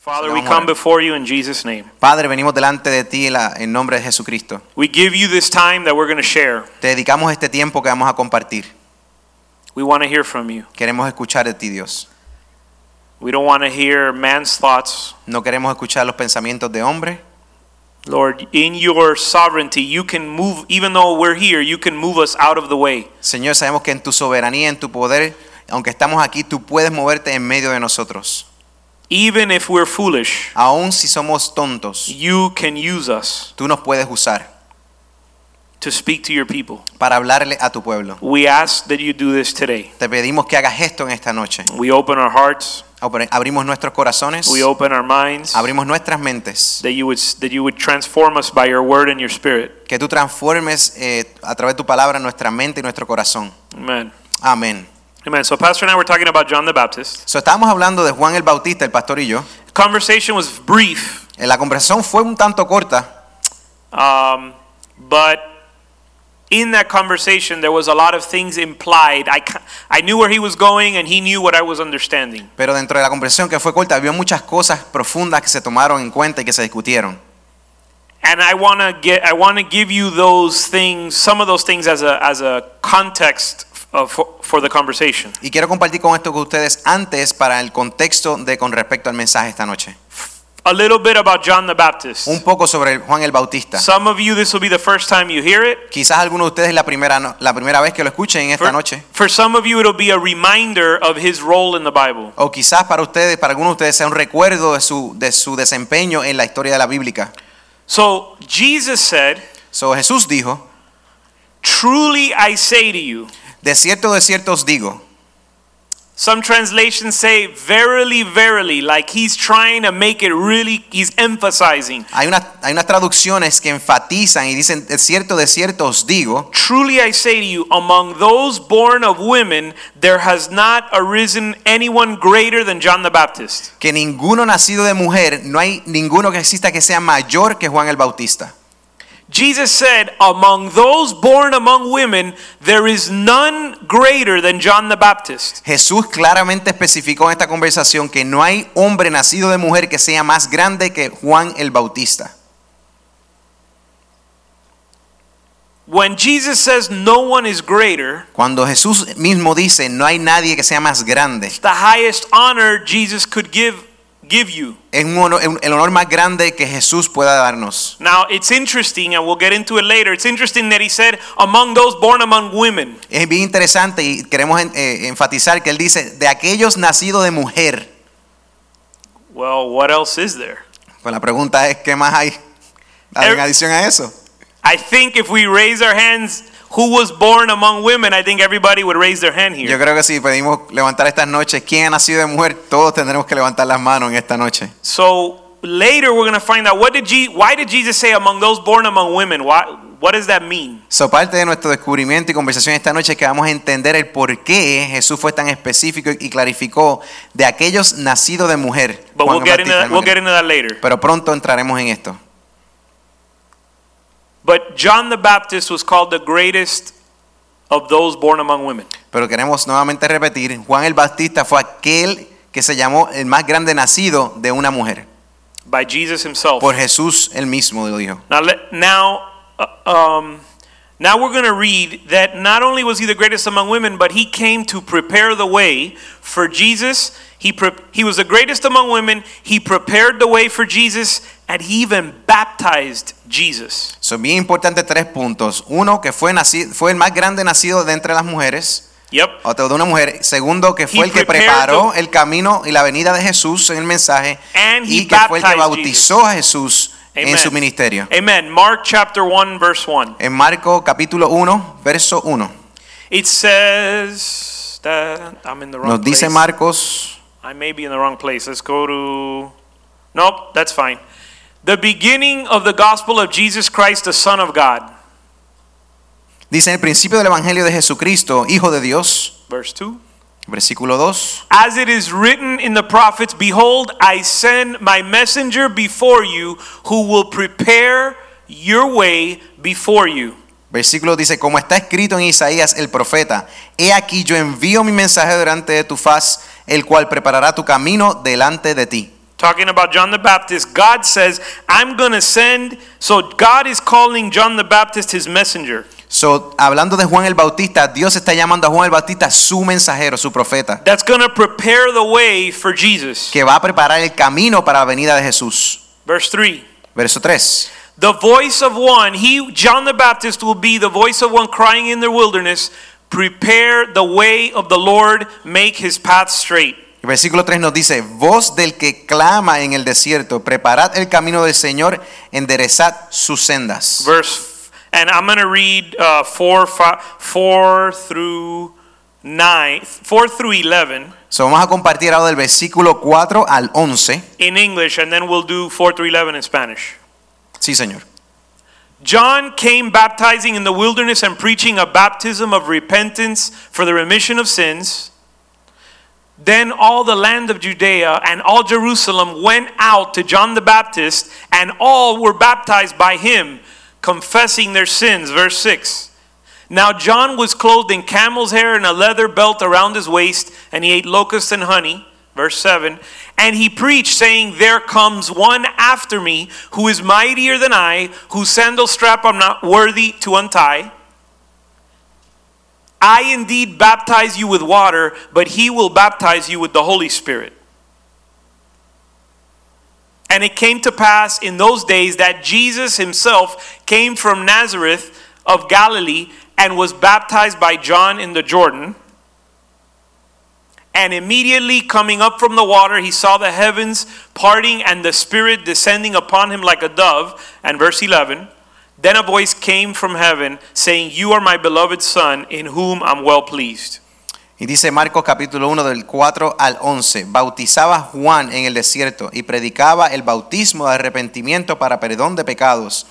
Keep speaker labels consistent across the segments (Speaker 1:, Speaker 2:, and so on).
Speaker 1: Father, we
Speaker 2: Vamos a
Speaker 1: come
Speaker 2: orar.
Speaker 1: before you in Jesus' name.
Speaker 2: Padre, venimos delante de ti en, la- en nombre de Jesucristo.
Speaker 1: We give you this time that we're going to share.
Speaker 2: Te dedicamos este tiempo que vamos a compartir.
Speaker 1: We want to hear from you.
Speaker 2: Queremos escuchar de ti, Dios.
Speaker 1: We don't want to hear man's thoughts.
Speaker 2: No queremos escuchar los pensamientos de hombre.
Speaker 1: Lord, in your sovereignty, you can move, even though we're here, you can move us out of the way.
Speaker 2: Señor, sabemos que en tu soberanía, en tu poder, aunque estamos aquí, tú puedes moverte en medio de nosotros.
Speaker 1: Even if we're foolish,
Speaker 2: Aun si somos tontos,
Speaker 1: you can use us
Speaker 2: tú nos puedes usar
Speaker 1: to speak to your people.
Speaker 2: para hablarle a tu pueblo.
Speaker 1: We ask that you do this today.
Speaker 2: Te pedimos que hagas esto en esta noche.
Speaker 1: We open our hearts,
Speaker 2: Abri- Abrimos nuestros corazones,
Speaker 1: we open our minds,
Speaker 2: abrimos nuestras mentes,
Speaker 1: that you would that you would transform us by your word and your spirit.
Speaker 2: que tú transformes eh, a través de tu palabra nuestra mente y nuestro corazón.
Speaker 1: Amen.
Speaker 2: Amén.
Speaker 1: Amen. So Pastor and I were talking about John the Baptist.
Speaker 2: So, estábamos hablando de Juan el Bautista, el pastor y yo.
Speaker 1: Conversation was brief.
Speaker 2: Eh, La conversación fue un tanto corta,
Speaker 1: Um, but in that conversation, there was a lot of things implied. I, ca- I knew where he was going, and he knew what I was understanding.
Speaker 2: pero dentro de la conversación que fue corta había muchas cosas profundas que se tomaron en cuenta y que se discutieron.
Speaker 1: And I want to get, I want to give you those things, some of those things as a as a context of, for, for the conversation.
Speaker 2: Y quiero compartir con esto con ustedes antes para el contexto de con respecto al mensaje esta noche.
Speaker 1: A little bit about John the Baptist.
Speaker 2: Un poco sobre el Juan el Bautista.
Speaker 1: Some of you, this will be the first time you hear it.
Speaker 2: Quizás alguno de ustedes es la primera, no- la primera vez que lo escuchen esta
Speaker 1: For,
Speaker 2: noche.
Speaker 1: for some of you, it'll be a reminder of his role in the Bible.
Speaker 2: O quizás para ustedes, para algunos de ustedes sea un recuerdo de su, de su desempeño en la historia de la Bíblica.
Speaker 1: So Jesus said,
Speaker 2: So, Jesús dijo,
Speaker 1: "Truly I say to you."
Speaker 2: de cierto, de cierto os digo.
Speaker 1: Some translations say, verily, verily, like he's trying to make it really, he's emphasizing.
Speaker 2: Hay, una- hay unas traducciones que enfatizan y dicen, de cierto, de cierto os digo,
Speaker 1: Truly I say to you, among those born of women, there has not arisen anyone greater than John the Baptist.
Speaker 2: que ninguno nacido de mujer, no hay ninguno que exista que sea mayor que Juan el Bautista.
Speaker 1: Jesus said, among those born among women, there is none greater than John the Baptist.
Speaker 2: Jesús claramente especificó en esta conversación que no hay hombre nacido de mujer que sea más grande que Juan el Bautista.
Speaker 1: When Jesus says no one is greater,
Speaker 2: Cuando Jesús mismo dice, no hay nadie que sea más grande,
Speaker 1: the highest honor Jesus could give give you.
Speaker 2: es un honor- es un- el honor más grande que Jesús pueda darnos.
Speaker 1: Now it's interesting, and we'll get into it later. It's interesting that he said, among those born among women.
Speaker 2: Es bien interesante y queremos en- eh, enfatizar que él dice, de aquellos nacidos de mujer,
Speaker 1: Well, what else is there?
Speaker 2: Pues la pregunta es, ¿qué más hay en
Speaker 1: Er-
Speaker 2: adición a eso?
Speaker 1: I think if we raise our hands, who was born among women, I think everybody would raise their hand
Speaker 2: Yo
Speaker 1: here.
Speaker 2: creo que si pedimos levantar estas noches, ¿quién ha nacido de mujer? Todos tendremos que levantar las manos en esta noche.
Speaker 1: So later we're going to find out what did Je- why did Jesus say among those born among women? Why, what does that mean?
Speaker 2: So, parte de nuestro descubrimiento y conversación esta noche es que vamos a entender el por qué Jesús fue tan específico y clarificó de aquellos nacidos de mujer.
Speaker 1: But
Speaker 2: Juan
Speaker 1: we'll get into that,
Speaker 2: Bautista,
Speaker 1: we'll
Speaker 2: hermano.
Speaker 1: get into that later.
Speaker 2: Pero pronto entraremos en esto.
Speaker 1: But John the Baptist was called the greatest of those born among women.
Speaker 2: Pero queremos nuevamente repetir, Juan el Bautista fue aquel que se llamó el más grande nacido de una mujer.
Speaker 1: By Jesus himself.
Speaker 2: Por Jesús él mismo lo dijo.
Speaker 1: Now, let, now, uh, um, now we're going to read that not only was he the greatest among women, but he came to prepare the way for Jesus. He pre- he was the greatest among women. He prepared the way for Jesus, and he even baptized Jesus.
Speaker 2: Son bien importantes tres puntos. Uno, que fue, naci- fue el más grande nacido de entre las mujeres,
Speaker 1: Yep.
Speaker 2: otro de una mujer. Segundo, que
Speaker 1: He
Speaker 2: fue el que
Speaker 1: prepared
Speaker 2: preparó el camino y la venida de Jesús en el mensaje.
Speaker 1: And he
Speaker 2: Y que fue el que
Speaker 1: baptized
Speaker 2: bautizó a Jesús en
Speaker 1: Amen.
Speaker 2: su ministerio.
Speaker 1: Amen. Mark chapter 1, verse 1.
Speaker 2: En Marco capítulo 1, verso 1.
Speaker 1: It says that I'm in the wrong
Speaker 2: Nos dice
Speaker 1: place.
Speaker 2: Marcos,
Speaker 1: I may be in the wrong place. Let's go to. Nope, that's fine. The beginning of the gospel of Jesus Christ, the Son of God.
Speaker 2: Dice el principio del Evangelio de Jesucristo, Hijo de Dios,
Speaker 1: Verse 2.
Speaker 2: versículo 2.
Speaker 1: As it is written in the prophets, Behold, I send my messenger before you who will prepare your way before you.
Speaker 2: Versículo dice, como está escrito en Isaías el profeta, he aquí yo envío mi mensaje delante de tu faz, el cual preparará tu camino delante de ti.
Speaker 1: Talking about John the Baptist, God says, I'm going to send. So God is calling John the Baptist his messenger.
Speaker 2: So, hablando de Juan el Bautista, Dios está llamando a Juan el Bautista su mensajero, su profeta,
Speaker 1: That's going to prepare the way for Jesus.
Speaker 2: que va a preparar el camino para la venida de Jesús.
Speaker 1: Verse 3.
Speaker 2: Verso 3.
Speaker 1: The voice of one, he, John the Baptist, will be the voice of one crying in the wilderness, Prepare the way of the Lord, make his path straight.
Speaker 2: El versículo 3 nos dice, voz del que clama en el desierto, preparad el camino del Señor, enderezad sus sendas.
Speaker 1: Verse, and I'm going to read uh, 4, fi- 4 through 9, 4 through 11
Speaker 2: So, vamos a compartir ahora del versículo 4 al 11.
Speaker 1: in English, and then we'll do 4 through 11 in Spanish.
Speaker 2: Sí, Señor.
Speaker 1: John came baptizing in the wilderness and preaching a baptism of repentance for the remission of sins. Then all the land of Judea and all Jerusalem went out to John the Baptist, and all were baptized by him, confessing their sins. Verse 6. Now John was clothed in camel's hair and a leather belt around his waist, and he ate locusts and honey. Verse 7. And he preached, saying, There comes one after me who is mightier than I, whose sandal strap I'm not worthy to untie. I indeed baptize you with water, but he will baptize you with the Holy Spirit. And it came to pass in those days that Jesus himself came from Nazareth of Galilee and was baptized by John in the Jordan. And immediately coming up from the water, he saw the heavens parting and the Spirit descending upon him like a dove. And verse 11 Then a voice came from heaven saying, You are my beloved Son, in whom I'm well pleased.
Speaker 2: Y dice Marcos capítulo 1 del 4 al 11, bautizaba Juan en el desierto y predicaba el bautismo de arrepentimiento para perdón de pecados.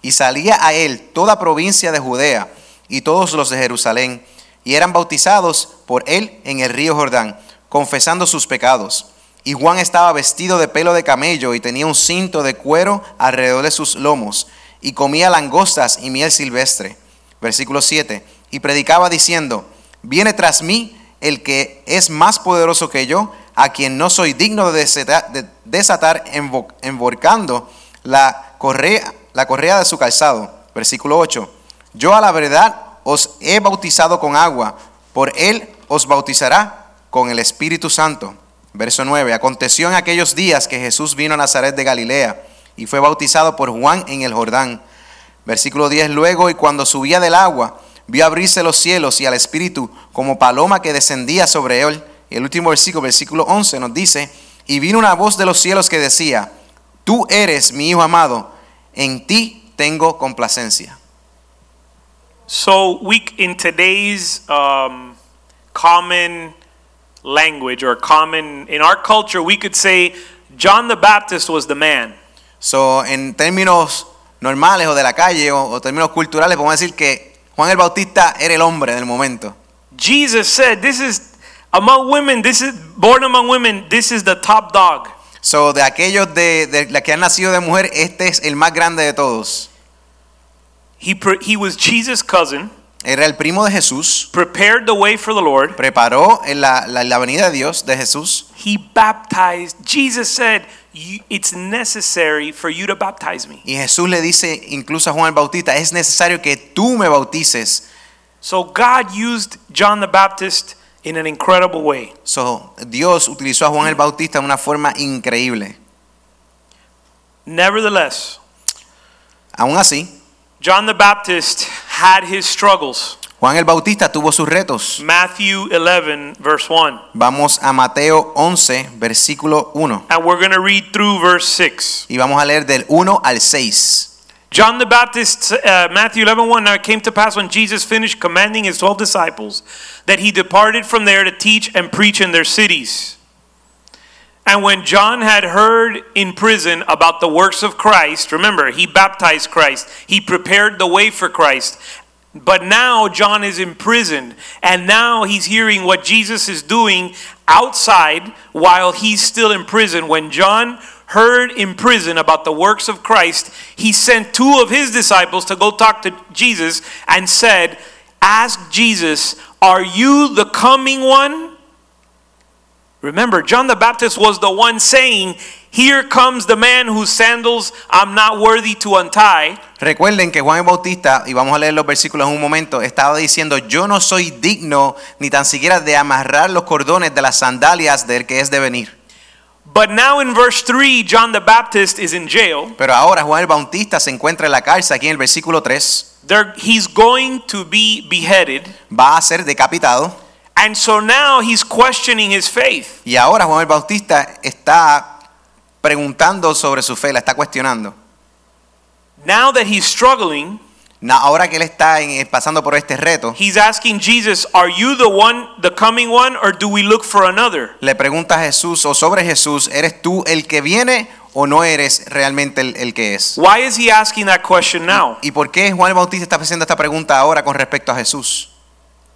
Speaker 2: Y salía a él toda provincia de Judea y todos los de Jerusalén, y eran bautizados por él en el río Jordán, confesando sus pecados. Y Juan estaba vestido de pelo de camello y tenía un cinto de cuero alrededor de sus lomos, y comía langostas y miel silvestre versículo 7, y predicaba diciendo, viene tras mí el que es más poderoso que yo, a quien no soy digno de desata- de desatar envo- emborcando la correa, la correa de su calzado. Versículo 8, yo a la verdad os he bautizado con agua, por él os bautizará con el Espíritu Santo. Verso 9, aconteció en aquellos días que Jesús vino a Nazaret de Galilea y fue bautizado por Juan en el Jordán. Versículo 10, luego y cuando subía del agua, vio abrirse los cielos y al Espíritu como paloma que descendía sobre él. Y el último versículo, versículo 11, nos dice, y vino una voz de los cielos que decía, tú eres mi Hijo amado, en ti tengo complacencia.
Speaker 1: So, we, in today's um, common language or common, in our culture, we could say John the Baptist was the man.
Speaker 2: So, en términos normales o de la calle o, o términos culturales, podemos decir que Juan el Bautista era el hombre del momento.
Speaker 1: Jesus said, This is among women, this is born among women, this is the top dog.
Speaker 2: So, de aquellos de, de la que han nacido de mujer, este es el más grande de todos.
Speaker 1: He, pre- he was Jesus' cousin,
Speaker 2: Era el primo de Jesús.
Speaker 1: prepared the way for the Lord.
Speaker 2: preparó en la, la, la venida de Dios, de Jesús.
Speaker 1: He baptized. Jesus said, "You- It's necessary for you to baptize me.
Speaker 2: Y Jesús le dice incluso a Juan el Bautista, es necesario que tú me bautices.
Speaker 1: So God used John the Baptist in an incredible way.
Speaker 2: So, Dios utilizó a Juan el Bautista de una forma increíble.
Speaker 1: Nevertheless,
Speaker 2: Aún así,
Speaker 1: John the Baptist had his struggles.
Speaker 2: Juan el Bautista tuvo sus retos.
Speaker 1: Matthew 11, verse 1.
Speaker 2: Vamos a Mateo 11, versículo 1.
Speaker 1: And we're going to read through verse 6.
Speaker 2: Y vamos a leer del 1 al 6.
Speaker 1: John the Baptist, uh, Matthew 11, now it came to pass when Jesus finished commanding his 12 disciples that he departed from there to teach and preach in their cities. And when John had heard in prison about the works of Christ, remember, he baptized Christ, he prepared the way for Christ. But now John is imprisoned, and now he's hearing what Jesus is doing outside while he's still in prison. When John heard in prison about the works of Christ, he sent two of his disciples to go talk to Jesus and said, Ask Jesus, are you the coming one? Remember, John the Baptist was the one saying, Here comes the man whose sandals I'm not worthy to untie.
Speaker 2: Recuerden que Juan el Bautista, y vamos a leer los versículos en un momento, estaba diciendo, yo no soy digno ni tan siquiera de amarrar los cordones de las sandalias del que es de venir.
Speaker 1: But now in verse 3, John the Baptist is in jail.
Speaker 2: Pero ahora Juan el Bautista se encuentra en la cárcel, aquí en el versículo 3,
Speaker 1: There, he's going to be beheaded.
Speaker 2: va a ser decapitado.
Speaker 1: And so now he's questioning his faith.
Speaker 2: Y ahora Juan el Bautista está preguntando sobre su fe, la está cuestionando.
Speaker 1: Now that he's struggling,
Speaker 2: Na- Ahora que él está en- pasando por este reto,
Speaker 1: he's asking Jesus, Are you the one, the coming one, or do we look for another?
Speaker 2: le pregunta a Jesús o sobre Jesús, ¿eres tú el que viene o no eres realmente el, el que es?
Speaker 1: Why is he asking that question now?
Speaker 2: ¿Y por qué Juan el Bautista está haciendo esta pregunta ahora con respecto a Jesús?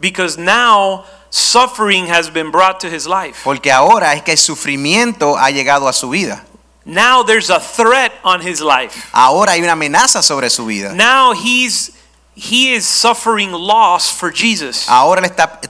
Speaker 1: Because now suffering has been brought to his life.
Speaker 2: Porque ahora es que el sufrimiento ha llegado a su vida.
Speaker 1: Now there's a threat on his life.
Speaker 2: Ahora hay una amenaza sobre su vida.
Speaker 1: Now he's he is suffering loss for Jesus.
Speaker 2: Ahora él está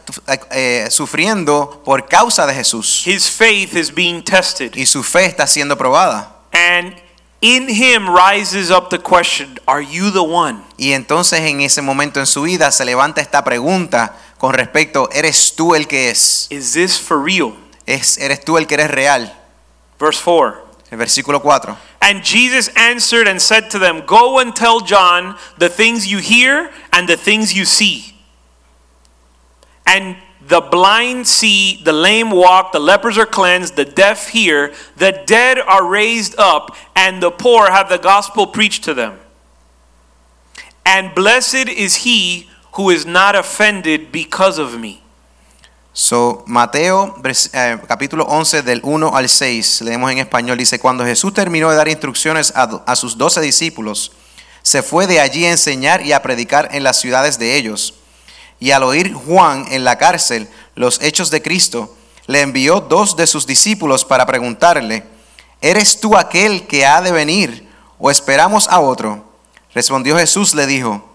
Speaker 2: eh, sufriendo por causa de Jesús.
Speaker 1: His faith is being tested.
Speaker 2: Y su fe está siendo probada.
Speaker 1: And in him rises up the question, are you the one?
Speaker 2: Y entonces en ese momento en su vida se levanta esta pregunta con respecto, ¿eres tú el que es?
Speaker 1: Is this for real?
Speaker 2: ¿Es- ¿Eres tú el que eres real?
Speaker 1: Verse 4.
Speaker 2: El versículo 4.
Speaker 1: And Jesus answered and said to them, Go and tell John the things you hear and the things you see. And the blind see, the lame walk, the lepers are cleansed, the deaf hear, the dead are raised up, and the poor have the gospel preached to them. And blessed is he who is not offended because of me.
Speaker 2: So, Mateo vers- eh, capítulo 11 del 1 al 6, leemos en español, dice, cuando Jesús terminó de dar instrucciones a, do- a sus doce discípulos, se fue de allí a enseñar y a predicar en las ciudades de ellos. Y al oír Juan en la cárcel los hechos de Cristo, le envió dos de sus discípulos para preguntarle, ¿eres tú aquel que ha de venir o esperamos a otro? Respondió Jesús, le dijo,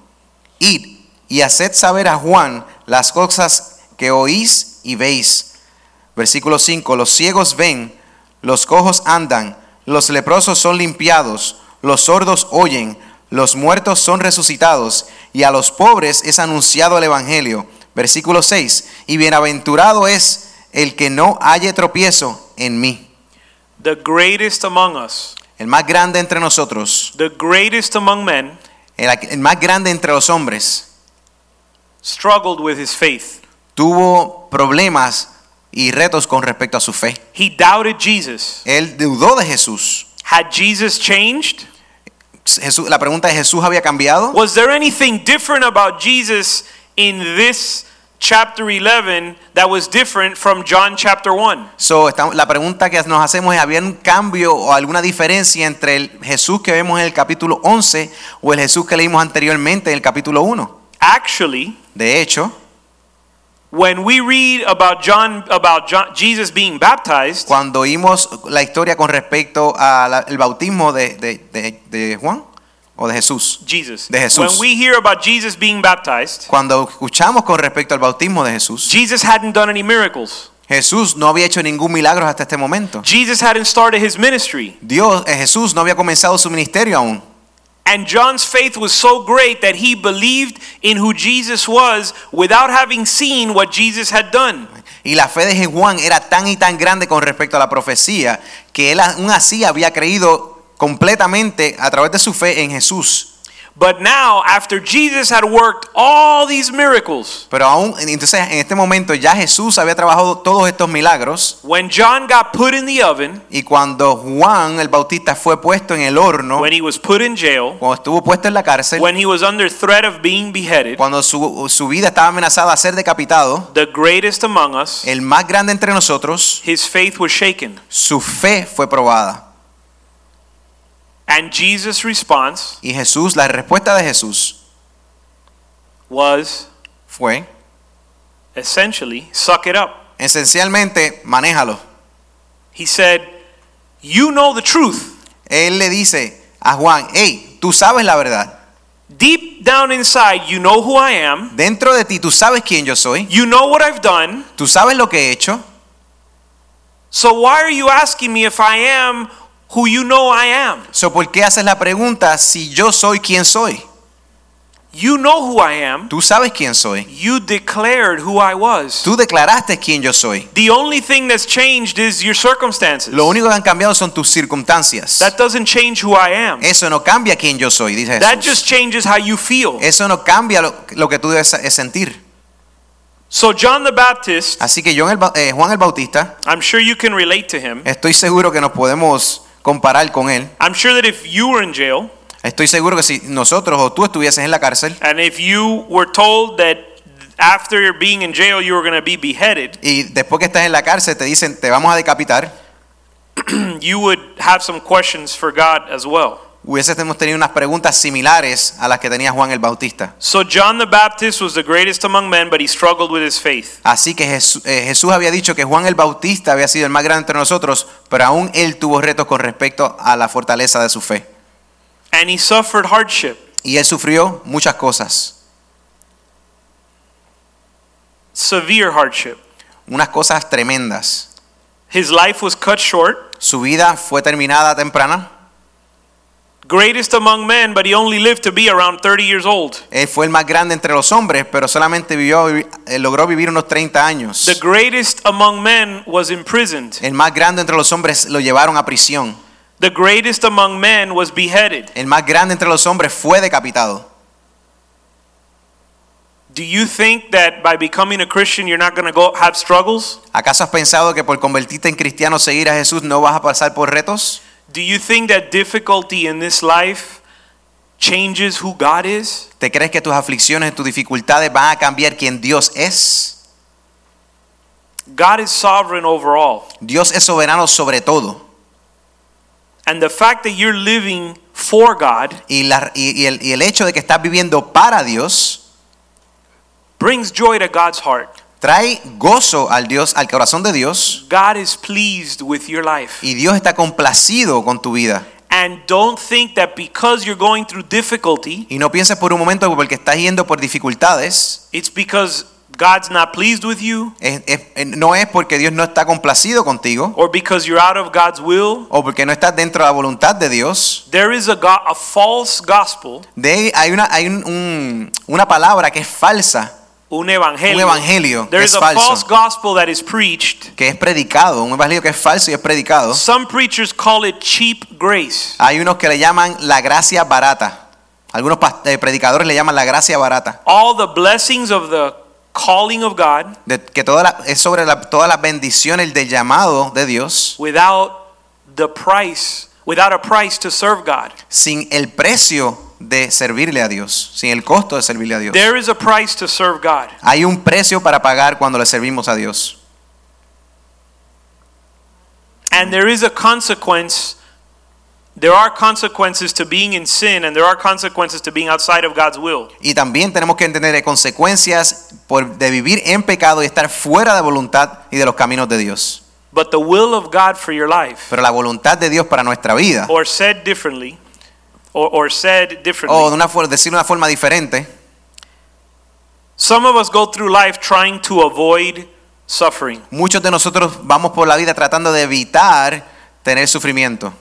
Speaker 2: Id y haced saber a Juan las cosas que oís y veis. Versículo 5. Los ciegos ven, los cojos andan, los leprosos son limpiados, los sordos oyen, los muertos son resucitados, y a los pobres es anunciado el Evangelio. Versículo 6. Y bienaventurado es el que no halle tropiezo en mí.
Speaker 1: The greatest among us,
Speaker 2: El más grande entre nosotros,
Speaker 1: the greatest among men,
Speaker 2: el, el más grande entre los hombres,
Speaker 1: struggled with his faith.
Speaker 2: tuvo problemas y retos con respecto a su fe.
Speaker 1: He doubted Jesus.
Speaker 2: Él dudó de Jesús.
Speaker 1: Had Jesus changed?
Speaker 2: Jesús- La pregunta de Jesús había cambiado.
Speaker 1: Was there anything different about Jesus in this chapter 11 that was different from John chapter 1?
Speaker 2: So, estamos- la pregunta que nos hacemos es, ¿había un cambio o alguna diferencia entre el Jesús que vemos en el capítulo 11 o el Jesús que leímos anteriormente en el capítulo 1?
Speaker 1: Actually,
Speaker 2: De hecho,
Speaker 1: when we read about John about John, Jesus being baptized,
Speaker 2: cuando oímos la historia con respecto al bautismo de, de- de- de Juan o de Jesús,
Speaker 1: Jesus.
Speaker 2: De Jesús.
Speaker 1: When we hear about Jesus being baptized,
Speaker 2: cuando escuchamos con respecto al bautismo de Jesús,
Speaker 1: Jesus hadn't done any miracles.
Speaker 2: Jesús no había hecho ningún milagro hasta este momento.
Speaker 1: Jesus hadn't started his ministry.
Speaker 2: Dios, eh, Jesús no había comenzado su ministerio aún.
Speaker 1: And John's faith was so great that he believed in who Jesus was without having seen what Jesus had done.
Speaker 2: Y la fe de Juan era tan y tan grande con respecto a la profecía que él aún así había creído completamente a través de su fe en Jesús.
Speaker 1: But now, after Jesus had worked all these miracles,
Speaker 2: Pero aún, entonces en este momento ya Jesús había trabajado todos estos milagros.
Speaker 1: when John got put in the oven,
Speaker 2: Y cuando Juan el Bautista fue puesto en el horno,
Speaker 1: when he was put in jail,
Speaker 2: cuando estuvo puesto en la cárcel,
Speaker 1: when he was under threat of being beheaded,
Speaker 2: cuando su, su vida estaba amenazada a ser decapitado,
Speaker 1: the greatest among us,
Speaker 2: el más grande entre nosotros,
Speaker 1: his faith was shaken.
Speaker 2: su fe fue probada.
Speaker 1: And Jesus' response
Speaker 2: Y Jesús, la respuesta de Jesús
Speaker 1: was
Speaker 2: fue,
Speaker 1: essentially, suck it up.
Speaker 2: esencialmente, manéjalo.
Speaker 1: He said, You know the truth.
Speaker 2: Él le dice a Juan, hey, tú sabes la verdad.
Speaker 1: Deep down inside, you know who I am.
Speaker 2: Dentro de ti tú sabes quién yo soy,
Speaker 1: You know what I've done.
Speaker 2: tú sabes lo que he hecho,
Speaker 1: So why are you asking me if I am who you know I am?
Speaker 2: so ¿por qué haces la pregunta si yo soy quien soy?
Speaker 1: You know who I am.
Speaker 2: Tú sabes quién soy,
Speaker 1: You declared who I was.
Speaker 2: tú declaraste quién yo soy.
Speaker 1: The only thing that's changed is your circumstances.
Speaker 2: Lo único que han cambiado son tus circunstancias.
Speaker 1: That doesn't change who I am.
Speaker 2: Eso no cambia quién yo soy, dice
Speaker 1: That
Speaker 2: Jesús.
Speaker 1: just changes how you feel.
Speaker 2: Eso no cambia lo, lo que tú debes sa- eh, sentir.
Speaker 1: So John the Baptist,
Speaker 2: Así que yo en el Ba- eh, Juan el Bautista,
Speaker 1: I'm sure you can relate to him.
Speaker 2: estoy seguro que nos podemos comparar con él.
Speaker 1: I'm sure that if you were in jail
Speaker 2: Estoy seguro que si nosotros o tú estuvieses en la cárcel
Speaker 1: and if you were told that after being in jail you were going to be beheaded,
Speaker 2: y después que estás en la cárcel te dicen te vamos a decapitar,
Speaker 1: you would have some questions for God as well.
Speaker 2: hubiésemos tenido unas preguntas similares a las que tenía Juan el Bautista.
Speaker 1: So John the Baptist was the greatest among men, but he struggled with his faith.
Speaker 2: Así que Jesús, eh, Jesús había dicho que Juan el Bautista había sido el más grande entre nosotros, pero aún él tuvo retos con respecto a la fortaleza de su fe.
Speaker 1: And he suffered hardship.
Speaker 2: Y él sufrió muchas cosas.
Speaker 1: severe hardship.
Speaker 2: unas cosas tremendas.
Speaker 1: His life was cut short,
Speaker 2: Su vida fue terminada temprana.
Speaker 1: greatest among men, but he only lived to be around 30 years old.
Speaker 2: Él fue el más grande entre los hombres, pero solamente vivió, eh, logró vivir unos 30
Speaker 1: The
Speaker 2: años.
Speaker 1: greatest among men was imprisoned.
Speaker 2: El más grande entre los hombres lo llevaron a prisión.
Speaker 1: The greatest among men was beheaded.
Speaker 2: El más grande entre los hombres fue decapitado.
Speaker 1: Do you think that by becoming a Christian you're not going to go have struggles?
Speaker 2: ¿Acaso has pensado que por convertirte en cristiano, seguir a Jesús, no vas a pasar por retos?
Speaker 1: Do you think that difficulty in this life changes who God is?
Speaker 2: ¿Te crees que tus aflicciones, tus dificultades van a cambiar quien Dios es?
Speaker 1: God is sovereign over all.
Speaker 2: Dios es soberano sobre todo.
Speaker 1: And the fact that you're living for God
Speaker 2: Y, la- y- y el- y el hecho de que estás viviendo para Dios
Speaker 1: brings joy to God's heart.
Speaker 2: trae gozo al Dios, al corazón de Dios.
Speaker 1: God is pleased with your life.
Speaker 2: Y Dios está complacido con tu vida.
Speaker 1: And don't think that because you're going through difficulty,
Speaker 2: Y no pienses por un momento que porque estás yendo por dificultades,
Speaker 1: it's because God's not pleased with you
Speaker 2: es- es- eh, no es porque Dios no está complacido contigo
Speaker 1: or because you're out of God's will.
Speaker 2: o porque no estás dentro de la voluntad de Dios.
Speaker 1: There is a, go- a false gospel,
Speaker 2: De, hay una, hay un- un- una palabra que es falsa,
Speaker 1: un evangelio.
Speaker 2: Un evangelio
Speaker 1: There
Speaker 2: que
Speaker 1: is
Speaker 2: es
Speaker 1: a
Speaker 2: falso.
Speaker 1: false gospel that is preached.
Speaker 2: que es predicado, un evangelio que es falso y es predicado.
Speaker 1: Some preachers call it cheap grace.
Speaker 2: Hay unos que le llaman la gracia barata. Algunos pas- eh, predicadores le llaman la gracia barata.
Speaker 1: All the blessings of the calling of God
Speaker 2: De- que toda la- es sobre la- todas las bendiciones del llamado de Dios
Speaker 1: without the price, without a price to serve God.
Speaker 2: sin el precio de servirle a Dios, sin el costo de servirle a Dios.
Speaker 1: There is a price to serve God.
Speaker 2: Hay un precio para pagar cuando le servimos a Dios.
Speaker 1: And there is a consequence. There are consequences to being in sin, and there are consequences to being outside of God's will.
Speaker 2: Y también tenemos que entender que consecuencias por, de vivir en pecado y estar fuera de voluntad y de los caminos de Dios.
Speaker 1: But the will of God for your life,
Speaker 2: Pero la voluntad de Dios para nuestra vida,
Speaker 1: or said differently, or, or said differently,
Speaker 2: o Oh, de una, for- decir de una forma diferente,
Speaker 1: some of us go through life trying to avoid suffering.
Speaker 2: muchos de nosotros vamos por la vida tratando de evitar tener sufrimiento.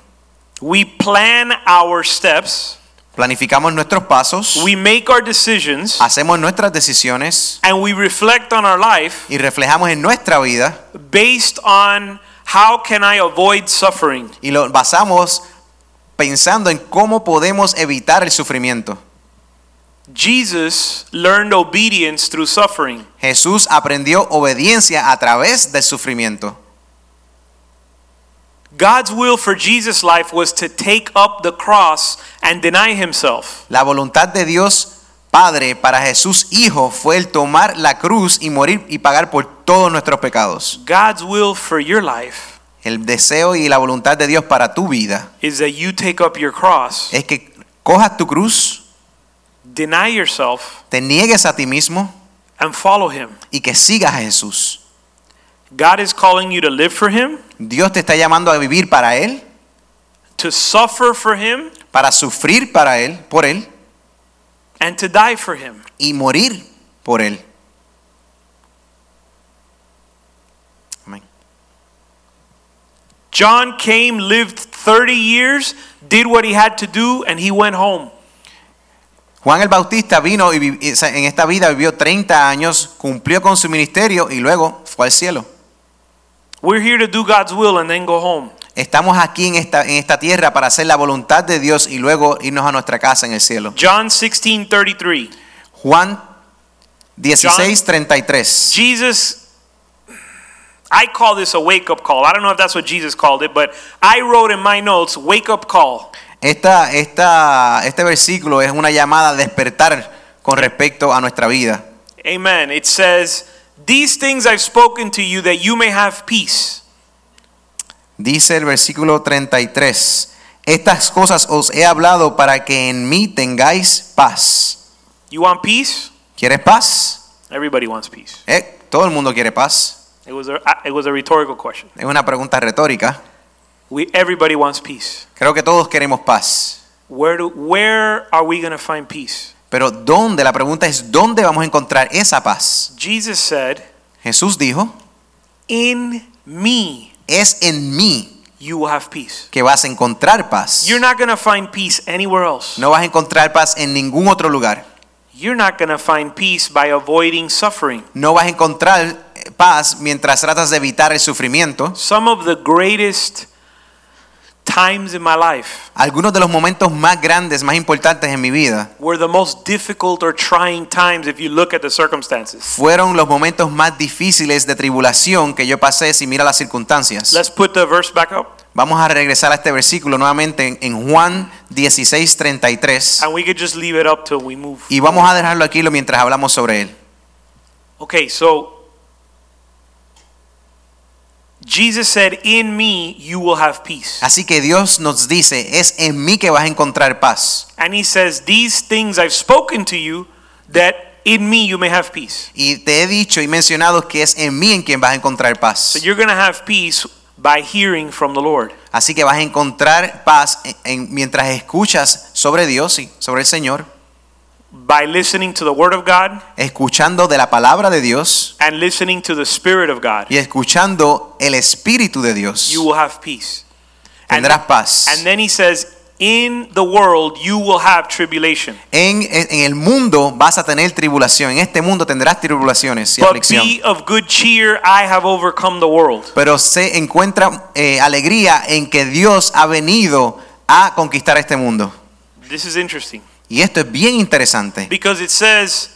Speaker 1: We plan our steps,
Speaker 2: Planificamos nuestros pasos,
Speaker 1: we make our decisions,
Speaker 2: hacemos nuestras decisiones
Speaker 1: and we reflect on our life
Speaker 2: y reflejamos en nuestra vida
Speaker 1: based on how can I avoid suffering.
Speaker 2: y lo basamos pensando en cómo podemos evitar el sufrimiento.
Speaker 1: Jesus learned obedience through suffering.
Speaker 2: Jesús aprendió obediencia a través del sufrimiento.
Speaker 1: God's will for Jesus' life was to take up the cross and deny himself.
Speaker 2: La voluntad de Dios Padre para Jesús Hijo fue el tomar la cruz y morir y pagar por todos nuestros pecados.
Speaker 1: God's will for your life
Speaker 2: El deseo y la voluntad de Dios para tu vida
Speaker 1: is that you take up your cross,
Speaker 2: es que cojas tu cruz,
Speaker 1: deny yourself,
Speaker 2: te niegues a ti mismo
Speaker 1: and follow him.
Speaker 2: y que sigas a Jesús.
Speaker 1: God is calling you to live for him,
Speaker 2: Dios te está llamando a vivir para Él,
Speaker 1: to suffer for him,
Speaker 2: para sufrir para Él, por Él
Speaker 1: and to die for him.
Speaker 2: y morir por Él. Amén.
Speaker 1: John came, lived 30 years, did what he had to do, and he went home.
Speaker 2: Juan el Bautista vino y vi- y se- en esta vida vivió 30 años, cumplió con su ministerio y luego fue al cielo.
Speaker 1: We're here to do God's will and then go home.
Speaker 2: Estamos aquí en esta, en esta tierra para hacer la voluntad de Dios y luego irnos a nuestra casa en el cielo.
Speaker 1: John 16:33.
Speaker 2: Juan 16, 33.
Speaker 1: Jesus I call this a wake-up call. I don't know if that's what Jesus called it, but I wrote in my notes wake-up call.
Speaker 2: Esta, esta, este versículo es una llamada a despertar con respecto a nuestra vida.
Speaker 1: Amen. It says, "These things I've spoken to you that you may have peace.
Speaker 2: Dice el versículo 33. Estas cosas os he hablado para que en mí tengáis paz.
Speaker 1: You want peace?
Speaker 2: ¿Quieres paz?
Speaker 1: Everybody wants peace."
Speaker 2: Eh, todo el mundo quiere paz.
Speaker 1: It was a it was a rhetorical question.
Speaker 2: Es una pregunta retórica.
Speaker 1: We everybody wants peace.
Speaker 2: Creo que todos queremos paz.
Speaker 1: Where do where are we going to find peace?
Speaker 2: Pero ¿dónde? La pregunta es ¿dónde vamos a encontrar esa paz?
Speaker 1: Jesus said,
Speaker 2: Jesús dijo,
Speaker 1: "In me
Speaker 2: es en mí
Speaker 1: you will have peace."
Speaker 2: que vas a encontrar paz.
Speaker 1: You're not going to find peace anywhere else.
Speaker 2: No vas a encontrar paz en ningún otro lugar.
Speaker 1: You're not going to find peace by avoiding suffering.
Speaker 2: No vas a encontrar eh, paz mientras tratas de evitar el sufrimiento.
Speaker 1: Some of the greatest times in my life
Speaker 2: Algunos de los momentos más grandes, más importantes en mi vida,
Speaker 1: were the most difficult or trying times if you look at the circumstances.
Speaker 2: fueron los momentos más difíciles de tribulación que yo pasé si mira las circunstancias.
Speaker 1: Let's put the verse back up
Speaker 2: Vamos a regresar a este versículo nuevamente en- en Juan 16:33
Speaker 1: and we could just leave it up till we move.
Speaker 2: y vamos a dejarlo aquí lo mientras hablamos sobre él.
Speaker 1: Okay, so Jesus said, "In me you will have peace."
Speaker 2: Así que Dios nos dice, es en mí que vas a encontrar paz.
Speaker 1: And he says, "These things I've spoken to you that in me you may have peace."
Speaker 2: Y te he dicho y mencionado que es en mí en quien vas a encontrar paz.
Speaker 1: So you're going to have peace by hearing from the Lord.
Speaker 2: Así que vas a encontrar paz en- en- mientras escuchas sobre Dios y sobre el Señor,
Speaker 1: by listening to the word of God
Speaker 2: escuchando de la palabra de Dios
Speaker 1: and listening to the spirit of God,
Speaker 2: y escuchando el Espíritu de Dios.
Speaker 1: you will have peace. And,
Speaker 2: Tendrás paz.
Speaker 1: and then he says, in the world you will have tribulation,
Speaker 2: En, en- en el mundo vas a tener tribulación, en este mundo tendrás tribulaciones y
Speaker 1: but
Speaker 2: aflicción.
Speaker 1: be of good cheer, I have overcome the world.
Speaker 2: Pero se encuentra eh, alegría en que Dios ha venido a conquistar este mundo.
Speaker 1: This is interesting
Speaker 2: Y esto es bien interesante.
Speaker 1: because it says,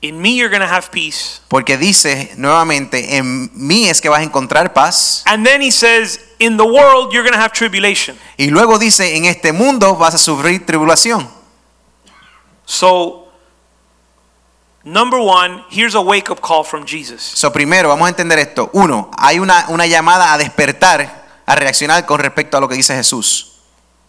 Speaker 1: in me you're going to have peace.
Speaker 2: Porque dice nuevamente, en mí es que vas a encontrar paz.
Speaker 1: And then he says, in the world you're going to have tribulation.
Speaker 2: Y luego dice, en este mundo vas a sufrir tribulación.
Speaker 1: So, number one, here's a wake up call from Jesus.
Speaker 2: So, primero, vamos a entender esto. Uno, hay una, una llamada a despertar, a reaccionar con respecto a lo que dice Jesús.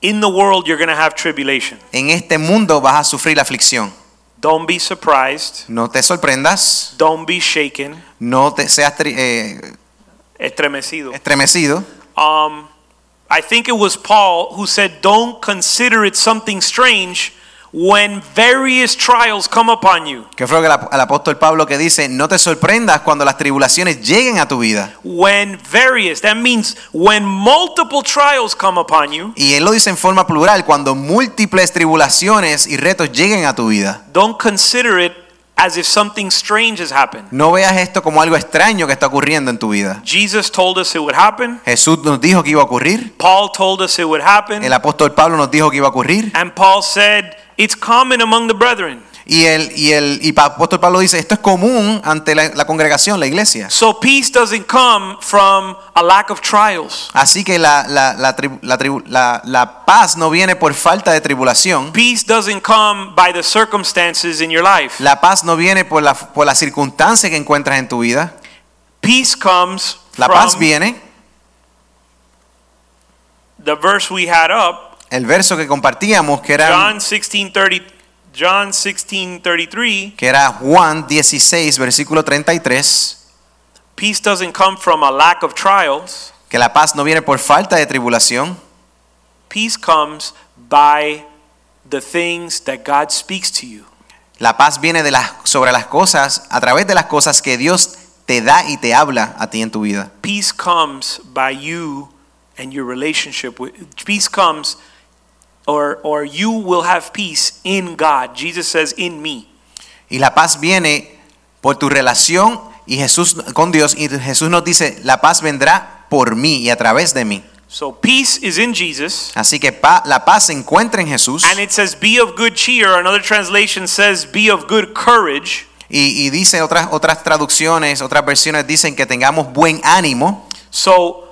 Speaker 1: In the world you're going to have tribulation.
Speaker 2: En este mundo vas a sufrir la aflicción.
Speaker 1: Don't be surprised.
Speaker 2: No te sorprendas,
Speaker 1: Don't be shaken,
Speaker 2: no te seas tri- eh,
Speaker 1: estremecido.
Speaker 2: estremecido.
Speaker 1: Um, I think it was Paul who said, "Don't consider it something strange when various trials come upon you,
Speaker 2: Que fue lo que el, ap- el apóstol Pablo que dice, no te sorprendas cuando las tribulaciones lleguen a tu vida.
Speaker 1: when various. That means when multiple trials come upon you.
Speaker 2: Y él lo dice en forma plural, cuando múltiples tribulaciones y retos lleguen a tu vida.
Speaker 1: Don't consider it as if something strange has happened."
Speaker 2: No veas esto como algo extraño que está ocurriendo en tu vida.
Speaker 1: Jesus told us it would happen.
Speaker 2: Jesús nos dijo que iba a ocurrir.
Speaker 1: Paul told us it would happen.
Speaker 2: El apóstol Pablo nos dijo que iba a ocurrir.
Speaker 1: And Paul said, "It's common among the brethren."
Speaker 2: Y el, y el y pa- apóstol Pablo dice, esto es común ante la, la congregación, la iglesia.
Speaker 1: So peace doesn't come from a lack of trials.
Speaker 2: Así que la, la, la, tri- la, tribu- la- la paz no viene por falta de tribulación.
Speaker 1: Peace doesn't come by the circumstances in your life.
Speaker 2: La paz no viene por la, por la circunstancia que encuentras en tu vida.
Speaker 1: Peace comes
Speaker 2: La
Speaker 1: from
Speaker 2: paz viene,
Speaker 1: the verse we had up,
Speaker 2: el verso que compartíamos, que era,
Speaker 1: John 16:30 John 16:33,
Speaker 2: que era Juan 16, versículo 33,
Speaker 1: peace doesn't come from a lack of trials.
Speaker 2: que la paz no viene por falta de tribulación.
Speaker 1: Peace comes by the things that God speaks to you.
Speaker 2: La paz viene de las, sobre las cosas, a través de las cosas que Dios te da y te habla a ti en tu vida.
Speaker 1: Peace comes by you and your relationship with peace comes or or you will have peace in God. Jesus says in me.
Speaker 2: Y la paz viene por tu relación y Jesús con Dios. Y Jesús nos dice, la paz vendrá por mí y a través de mí.
Speaker 1: So peace is in Jesus.
Speaker 2: Así que pa- la paz se encuentra en Jesús.
Speaker 1: And it says be of good cheer. Another translation says be of good courage.
Speaker 2: Y, y dice otras, otras traducciones, otras versiones dicen que tengamos buen ánimo,
Speaker 1: So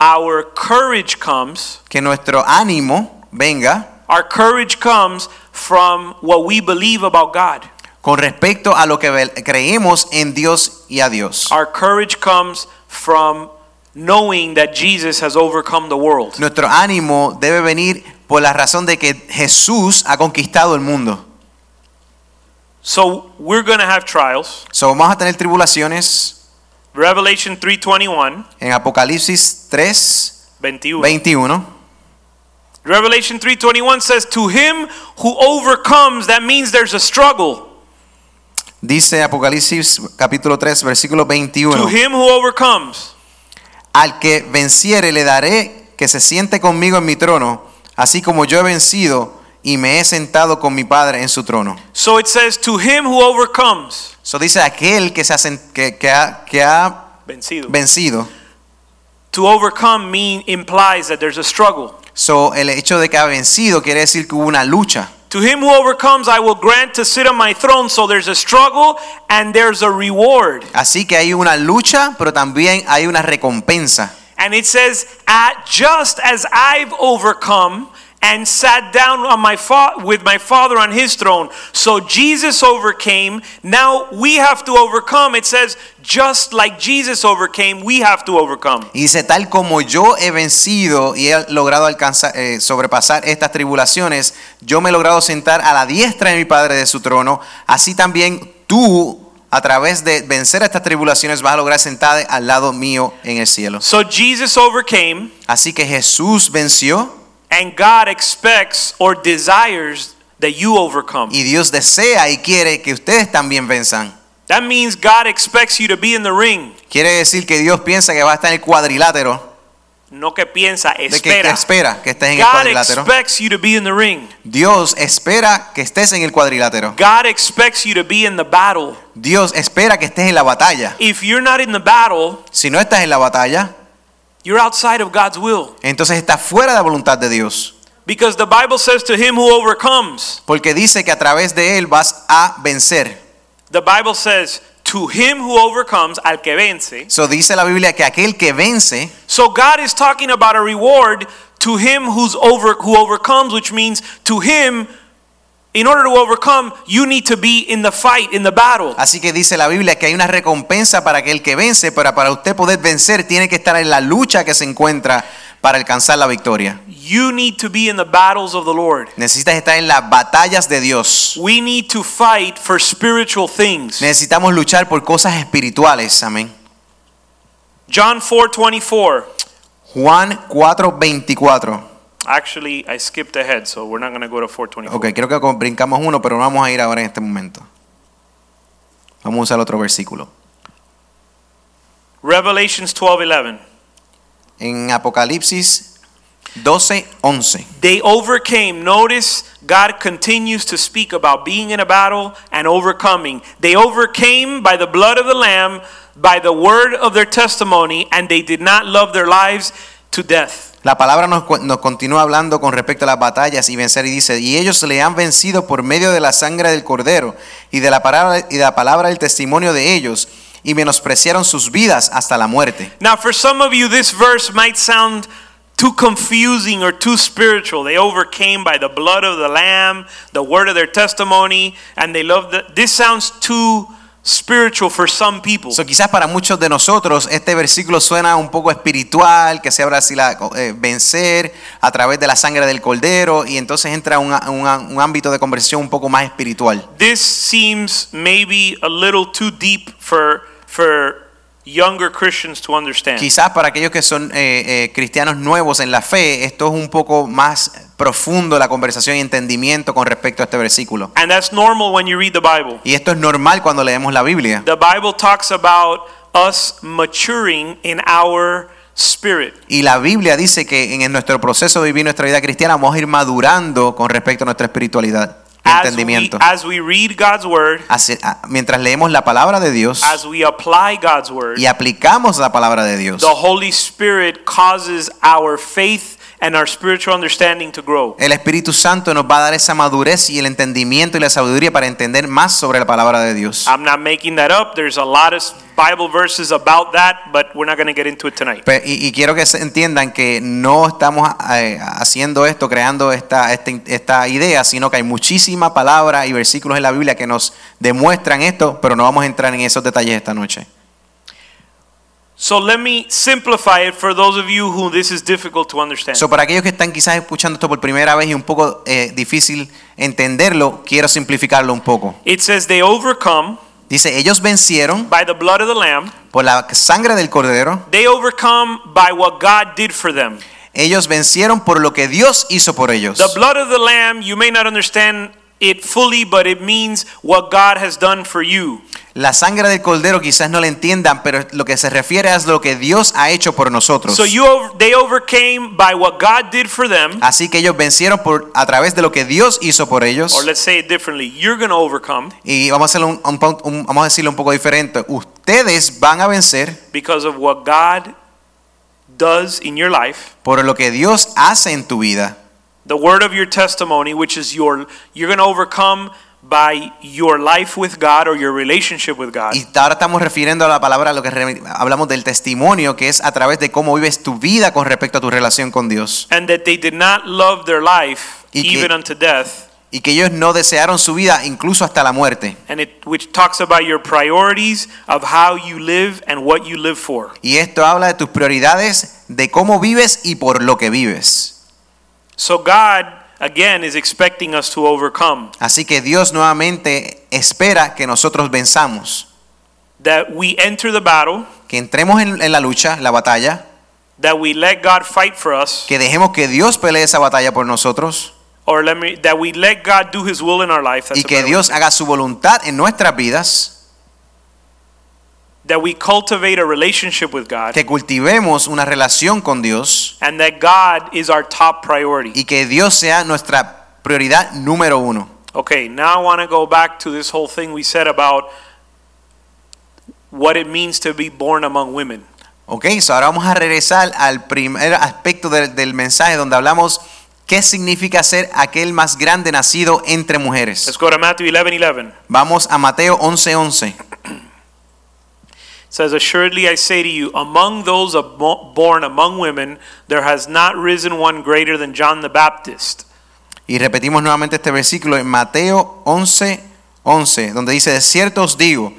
Speaker 1: our courage comes,
Speaker 2: que nuestro ánimo venga
Speaker 1: our courage comes from what we believe about God.
Speaker 2: con respecto a lo que ve- creemos en Dios y a Dios.
Speaker 1: Our courage comes from knowing that Jesus has overcome the world.
Speaker 2: Nuestro ánimo debe venir por la razón de que Jesús ha conquistado el mundo.
Speaker 1: So we're going to have trials.
Speaker 2: So, vamos a tener tribulaciones
Speaker 1: Revelation 3:21,
Speaker 2: en Apocalipsis 3,
Speaker 1: 21.
Speaker 2: 21.
Speaker 1: Revelation 3:21 says to him who overcomes that means there's a struggle.
Speaker 2: Dice Apocalipsis capítulo 3, versículo
Speaker 1: To
Speaker 2: 21.
Speaker 1: him who overcomes.
Speaker 2: Al que venciere le daré que se siente conmigo en mi trono, así como yo he vencido y me he sentado con mi Padre en su trono.
Speaker 1: So it says to him who overcomes.
Speaker 2: Eso dice aquel que, se ha sen- que, que ha, que ha
Speaker 1: Vencido.
Speaker 2: vencido.
Speaker 1: to overcome mean implies that there's a struggle.
Speaker 2: So, el hecho de que ha vencido quiere decir que hubo una lucha.
Speaker 1: To him who overcomes, I will grant to sit on my throne. So there's a struggle and there's a reward.
Speaker 2: Así que hay una lucha, pero también hay una recompensa.
Speaker 1: And it says, At just as I've overcome and sat down on my fa- with my father on his throne. So Jesus overcame. Now we have to overcome. It says, just like Jesus overcame, we have to overcome.
Speaker 2: Y dice, tal como yo he vencido y he logrado alcanzar, eh, sobrepasar estas tribulaciones, yo me he logrado sentar a la diestra de mi Padre de su trono, así también tú, a través de vencer estas tribulaciones, vas a lograr sentarte al lado mío en el cielo.
Speaker 1: So Jesus overcame.
Speaker 2: Así que Jesús venció
Speaker 1: And God expects or desires that you overcome.
Speaker 2: y Dios desea y quiere que ustedes también venzan.
Speaker 1: That means God expects you to be in the ring.
Speaker 2: Quiere decir que Dios piensa que va a estar en el cuadrilátero,
Speaker 1: No que piensa,
Speaker 2: de que, que
Speaker 1: espera.
Speaker 2: espera que estés en el
Speaker 1: God
Speaker 2: cuadrilátero.
Speaker 1: expects you to be in the ring.
Speaker 2: Dios espera que estés en el cuadrilátero.
Speaker 1: God expects you to be in the battle.
Speaker 2: Dios espera que estés en la batalla.
Speaker 1: If you're not in the battle,
Speaker 2: Si no estás en la batalla,
Speaker 1: you're outside of God's will.
Speaker 2: entonces estás fuera de la voluntad de Dios.
Speaker 1: Because the Bible says to him who overcomes,
Speaker 2: Porque dice que a través de Él vas a vencer.
Speaker 1: the Bible says, to him who overcomes, al que vence.
Speaker 2: So dice la Biblia que aquel que vence,
Speaker 1: So God is talking about a reward to him who's over who overcomes, which means to him in order to overcome, you need to be in the fight, in the battle.
Speaker 2: así que dice la Biblia que hay una recompensa para aquel que vence, pero para usted poder vencer tiene que estar en la lucha que se encuentra para alcanzar la victoria.
Speaker 1: You need to be in the battles of the Lord.
Speaker 2: Necesitas estar en las batallas de Dios.
Speaker 1: We need to fight for spiritual things.
Speaker 2: Necesitamos luchar por cosas espirituales, amén.
Speaker 1: John 4:24.
Speaker 2: Juan 4:24.
Speaker 1: Actually, I skipped ahead, so we're not going to go to 4:24.
Speaker 2: Ok, creo que con- brincamos uno, pero no vamos a ir ahora en este momento. Vamos a usar otro versículo.
Speaker 1: Revelations 12:11.
Speaker 2: En Apocalipsis 12, 11.
Speaker 1: They overcame. Notice God continues to speak about being in a battle and overcoming. They overcame by the blood of the Lamb, by the word of their testimony, and they did not love their lives to death.
Speaker 2: La palabra nos, cu- nos continúa hablando con respecto a las batallas y vencer y dice, y ellos le han vencido por medio de la sangre del cordero y de la palabra, y de la palabra del testimonio de ellos y menospreciaron sus vidas hasta la muerte.
Speaker 1: Now, for some of you, this verse might sound too confusing or too spiritual. They overcame by the blood of the Lamb, the word of their testimony, and they loved. The, this sounds too spiritual for some people.
Speaker 2: So, quizás para muchos de nosotros este versículo suena un poco espiritual, que se habla así, la, eh, vencer a través de la sangre del cordero, y entonces entra un, un- un ámbito de conversión un poco más espiritual.
Speaker 1: this seems maybe a little too deep for for younger Christians to understand.
Speaker 2: Quizás para aquellos que son eh, eh, cristianos nuevos en la fe, esto es un poco más profundo la conversación y entendimiento con respecto a este versículo.
Speaker 1: and that's normal when you read the Bible.
Speaker 2: Y esto es normal cuando leemos la Biblia.
Speaker 1: The Bible talks about us maturing in our spirit.
Speaker 2: Y la Biblia dice que en nuestro proceso de vivir nuestra vida cristiana vamos a ir madurando con respecto a nuestra espiritualidad, y
Speaker 1: As we,
Speaker 2: entendimiento.
Speaker 1: as we read God's word,
Speaker 2: Así- a- mientras leemos la palabra de Dios
Speaker 1: as we apply God's word,
Speaker 2: y aplicamos la palabra de Dios,
Speaker 1: the Holy Spirit causes our faith and our spiritual understanding to grow.
Speaker 2: el Espíritu Santo nos va a dar esa madurez y el entendimiento y la sabiduría para entender más sobre la palabra de Dios.
Speaker 1: I'm not making that up. There's a lot of Bible verses about that, but we're not going to get into it tonight.
Speaker 2: Pe- Y, y quiero que se entiendan que no estamos eh, haciendo esto, creando esta, esta, esta idea, sino que hay muchísima palabra y versículos en la Biblia que nos demuestran esto, pero no vamos a entrar en esos detalles esta noche.
Speaker 1: So let me simplify it for those of you who this is difficult to understand.
Speaker 2: So, para aquellos que están quizás escuchando esto por primera vez y un poco eh, difícil entenderlo, quiero simplificarlo un poco.
Speaker 1: It says they overcome
Speaker 2: Dice, ellos vencieron
Speaker 1: by the blood of the lamb.
Speaker 2: por la sangre del cordero,
Speaker 1: They overcome by what God did for them.
Speaker 2: ellos vencieron por lo que Dios hizo por ellos.
Speaker 1: The blood of the lamb, you may not understand it fully, but it means what God has done for you.
Speaker 2: La sangre del cordero quizás no la entiendan, pero lo que se refiere es lo que Dios ha hecho por nosotros.
Speaker 1: So you over, they overcame by what God did for them,
Speaker 2: Así que ellos vencieron por, a través de lo que Dios hizo por ellos.
Speaker 1: or let's say it differently, you're going to overcome
Speaker 2: Y vamos a, hacerlo un- un pon- un- vamos a decirlo un poco diferente. Ustedes van a vencer
Speaker 1: because of what God does in your life,
Speaker 2: por lo que Dios hace en tu vida.
Speaker 1: the word of your testimony, which is your you're going to overcome by your life with God or your relationship with God.
Speaker 2: Y ahora estamos refiriendo a la palabra, lo que re- hablamos del testimonio, que es a través de cómo vives tu vida con respecto a tu relación con Dios.
Speaker 1: And that they did not love their life
Speaker 2: Y que-
Speaker 1: even unto death.
Speaker 2: Y que ellos no desearon su vida incluso hasta la muerte.
Speaker 1: and it which talks about your priorities of how you live and what you live for.
Speaker 2: Y esto habla de tus prioridades, de cómo vives y por lo que vives.
Speaker 1: So God again is expecting us to overcome
Speaker 2: Así que Dios nuevamente espera que nosotros venzamos.
Speaker 1: that we enter the battle,
Speaker 2: que entremos en, en la lucha, la batalla,
Speaker 1: that we let God fight for us
Speaker 2: que dejemos que Dios pelee esa batalla por nosotros
Speaker 1: or let me that we let God do his will in our life that's
Speaker 2: y
Speaker 1: a
Speaker 2: que
Speaker 1: better
Speaker 2: Dios
Speaker 1: word.
Speaker 2: haga su voluntad en nuestras vidas,
Speaker 1: that we cultivate a relationship with God
Speaker 2: que cultivemos una relación con Dios
Speaker 1: and that God is our top priority.
Speaker 2: y que Dios sea nuestra prioridad número uno.
Speaker 1: Okay, now I want to go back to this whole thing we said about what it means to be born among women.
Speaker 2: Ok, so ahora vamos a regresar al primer aspecto del- del mensaje donde hablamos qué significa ser aquel más grande nacido entre
Speaker 1: Let's
Speaker 2: mujeres.
Speaker 1: go to Matthew 11:11.
Speaker 2: Vamos a Mateo 11:11.
Speaker 1: says assuredly i say to you among those abo- born among women there has not risen one greater than john the baptist
Speaker 2: Y repetimos nuevamente este versículo en Mateo 11, 11, donde dice, de cierto os digo,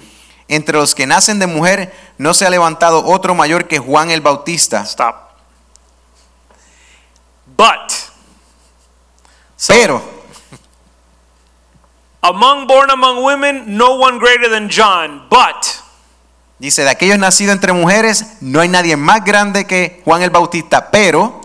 Speaker 2: entre los que nacen de mujer no se ha levantado otro mayor que Juan el Bautista.
Speaker 1: stop but
Speaker 2: Pero
Speaker 1: among born among women no one greater than john but
Speaker 2: dice, de aquellos nacidos entre mujeres no hay nadie más grande que Juan el Bautista, pero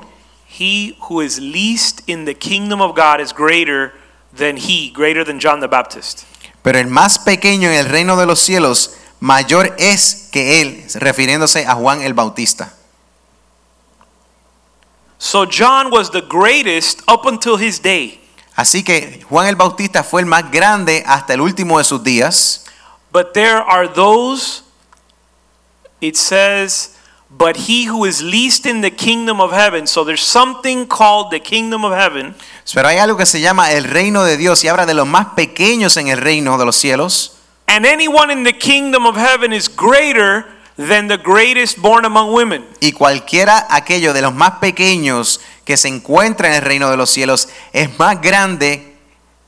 Speaker 1: he who is least in the kingdom of god is greater than he greater than john the baptist
Speaker 2: pero el más pequeño en el reino de los cielos mayor es que él, refiriéndose a Juan el Bautista.
Speaker 1: so john was the greatest up until his day
Speaker 2: Así que Juan el Bautista fue el más grande hasta el último de sus días.
Speaker 1: But there are those, it says, But he who is least in the kingdom of heaven, so there's something called the kingdom of heaven,
Speaker 2: Pero hay algo que se llama el reino de Dios y habla de los más pequeños en el reino de los cielos.
Speaker 1: and anyone in the kingdom of heaven is greater than the greatest born among women.
Speaker 2: Y cualquiera aquello de los más pequeños que se encuentra en el reino de los cielos es más grande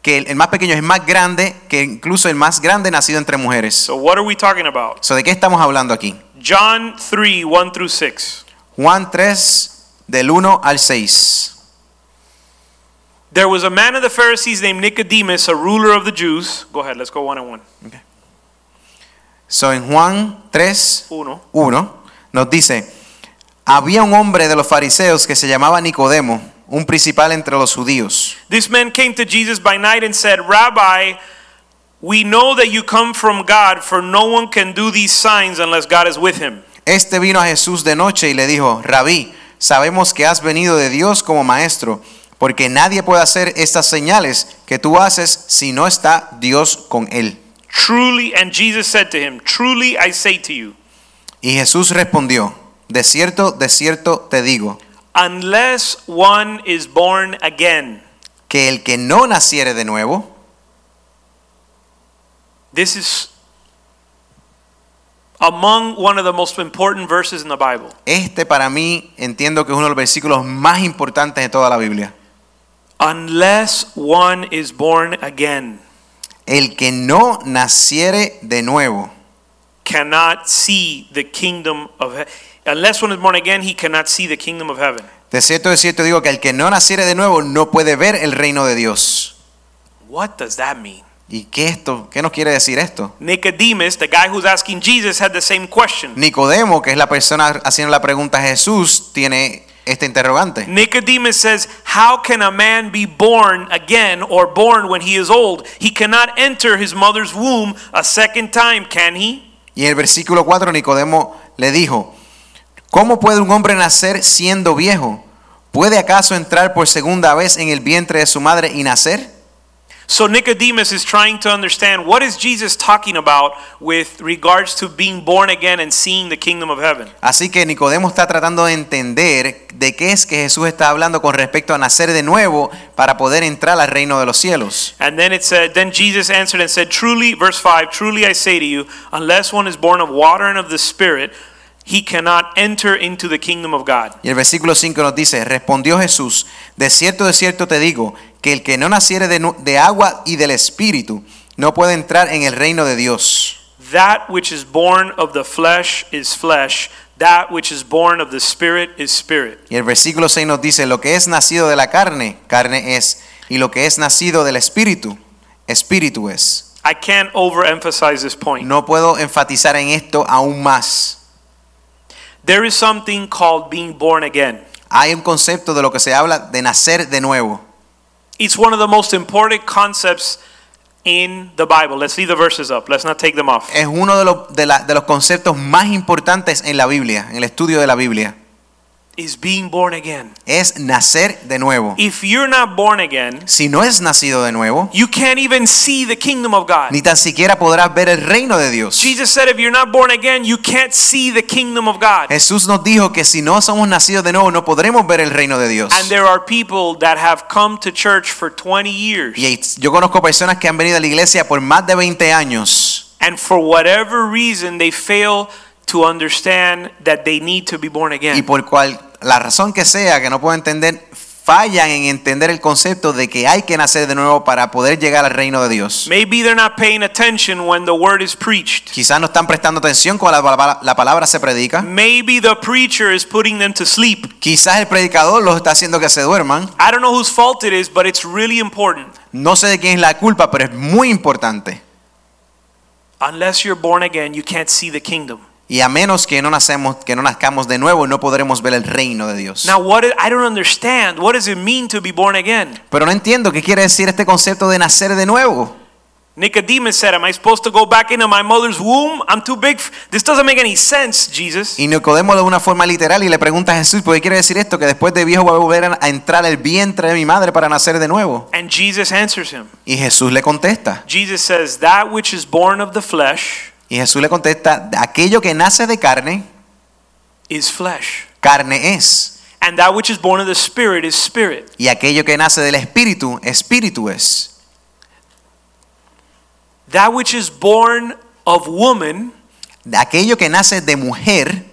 Speaker 2: que el, el más pequeño es más grande que incluso el más grande nacido entre mujeres.
Speaker 1: So what are we talking about?
Speaker 2: So, ¿De qué estamos hablando aquí?
Speaker 1: John 3, 1 through 6.
Speaker 2: Juan 3 del 1 al 6.
Speaker 1: There was a man of the Pharisees named Nicodemus, a ruler of the Jews. Go ahead, let's go one on one.
Speaker 2: So en Juan 3
Speaker 1: Uno.
Speaker 2: 1 nos dice, había un hombre de los fariseos que se llamaba Nicodemo, un principal entre los judíos.
Speaker 1: This man came to Jesus by night and said, Rabbi, we know that you come from God, for no one can do these signs unless God is with him.
Speaker 2: Este vino a Jesús de noche y le dijo, Rabí, sabemos que has venido de Dios como maestro, porque nadie puede hacer estas señales que tú haces si no está Dios con él.
Speaker 1: Truly, and Jesus said to him, Truly I say to you,
Speaker 2: Y Jesús respondió, de cierto, de cierto te digo,
Speaker 1: unless one is born again.
Speaker 2: que el que no naciere de nuevo,
Speaker 1: This is among one of the most important verses in the Bible.
Speaker 2: Este para mí entiendo que es uno de los versículos más importantes de toda la Biblia.
Speaker 1: Unless one is born again,
Speaker 2: El que no naciere de nuevo,
Speaker 1: cannot see the kingdom of heaven. Unless one is born again, he cannot see the kingdom of heaven.
Speaker 2: de cierto, de cierto digo que el que no naciere de nuevo no puede ver el reino de Dios.
Speaker 1: What does that mean?
Speaker 2: ¿Y qué esto? ¿Qué nos quiere decir esto?
Speaker 1: Nicodemus, the guy who's asking Jesus, had the same question.
Speaker 2: Nicodemo, que es la persona haciendo la pregunta a Jesús, tiene este interrogante.
Speaker 1: Nicodemus says, How can a man be born again or born when he is old? He cannot enter his mother's womb a second time, can he?
Speaker 2: Y en el versículo 4 Nicodemo le dijo, ¿cómo puede un hombre nacer siendo viejo? ¿Puede acaso entrar por segunda vez en el vientre de su madre y nacer?
Speaker 1: So Nicodemus is trying to understand what is Jesus talking about with regards to being born again and seeing the kingdom of heaven.
Speaker 2: Así que Nicodemo está tratando de entender de qué es que Jesús está hablando con respecto a nacer de nuevo para poder entrar al reino de los cielos.
Speaker 1: And then it said, then Jesus answered and said, Truly, verse 5, truly I say to you, unless one is born of water and of the Spirit, he cannot enter into the kingdom of God.
Speaker 2: Y el versículo 5 nos dice, respondió Jesús, de cierto, de cierto te digo, que el que no naciere de, nu- de agua y del espíritu no puede entrar en el reino de Dios.
Speaker 1: That which is born of the flesh is flesh, that which is born of the Spirit is spirit.
Speaker 2: Y el versículo 6 nos dice, lo que es nacido de la carne, carne es, y lo que es nacido del espíritu, espíritu es.
Speaker 1: I can't overemphasize this point.
Speaker 2: No puedo enfatizar en esto aún más.
Speaker 1: There is something called being born again.
Speaker 2: Hay un concepto de lo que se habla de nacer de nuevo.
Speaker 1: It's one of the most important concepts in the Bible. Let's leave the verses up. Let's not take them off.
Speaker 2: es uno de los, de la- de los conceptos más importantes en la Biblia, en el estudio de la Biblia.
Speaker 1: Is being born again.
Speaker 2: Es nacer de nuevo.
Speaker 1: If you're not born again,
Speaker 2: Si no es nacido de nuevo,
Speaker 1: You can't even see the kingdom of God.
Speaker 2: ni tan siquiera podrás ver el reino de Dios.
Speaker 1: Jesus said, if you're not born again, you can't see the kingdom of God.
Speaker 2: Jesús nos dijo que si no somos nacidos de nuevo, no podremos ver el reino de Dios.
Speaker 1: And there are people that have come to church for 20
Speaker 2: Y
Speaker 1: years,
Speaker 2: hay- yo conozco personas que han venido a la iglesia por más de 20 años
Speaker 1: and for whatever reason, they fail to understand that they need to be born
Speaker 2: y
Speaker 1: again.
Speaker 2: por cual la razón que sea que no puedo entender, fallan en entender el concepto de que hay que nacer de nuevo para poder llegar al reino de Dios.
Speaker 1: Maybe they're not paying attention when the word is preached.
Speaker 2: Quizás no están prestando atención cuando la palabra- la palabra se predica.
Speaker 1: Maybe the preacher is putting them to sleep.
Speaker 2: Quizás el predicador los está haciendo que se duerman.
Speaker 1: I don't know whose fault it is, but it's really important.
Speaker 2: No sé de quién es la culpa, pero es muy importante.
Speaker 1: Unless you're born again, you can't see the kingdom.
Speaker 2: Y a menos que no nacemos, que no nazcamos de nuevo, no podremos ver el reino de Dios.
Speaker 1: Now, what I I don't understand. What does it mean to be born again?
Speaker 2: Pero no entiendo qué quiere decir este concepto de nacer de nuevo.
Speaker 1: Nicodemus said, Am I supposed to go back into my mother's womb? I'm too big. f- This doesn't make any sense, Jesus.
Speaker 2: Y Nicodemo de una forma literal y le pregunta a Jesús, ¿por qué quiere decir esto? Que después de viejo voy a volver a entrar el vientre de mi madre para nacer de nuevo.
Speaker 1: And Jesus answers him.
Speaker 2: Y Jesús le contesta.
Speaker 1: Jesus says, That which is born of the flesh
Speaker 2: Y Jesús le contesta, aquello que nace de carne
Speaker 1: is flesh,
Speaker 2: carne es,
Speaker 1: and that which is born of the Spirit is spirit.
Speaker 2: y aquello que nace del espíritu, espíritu es.
Speaker 1: That which is born of woman
Speaker 2: Aquello que nace de mujer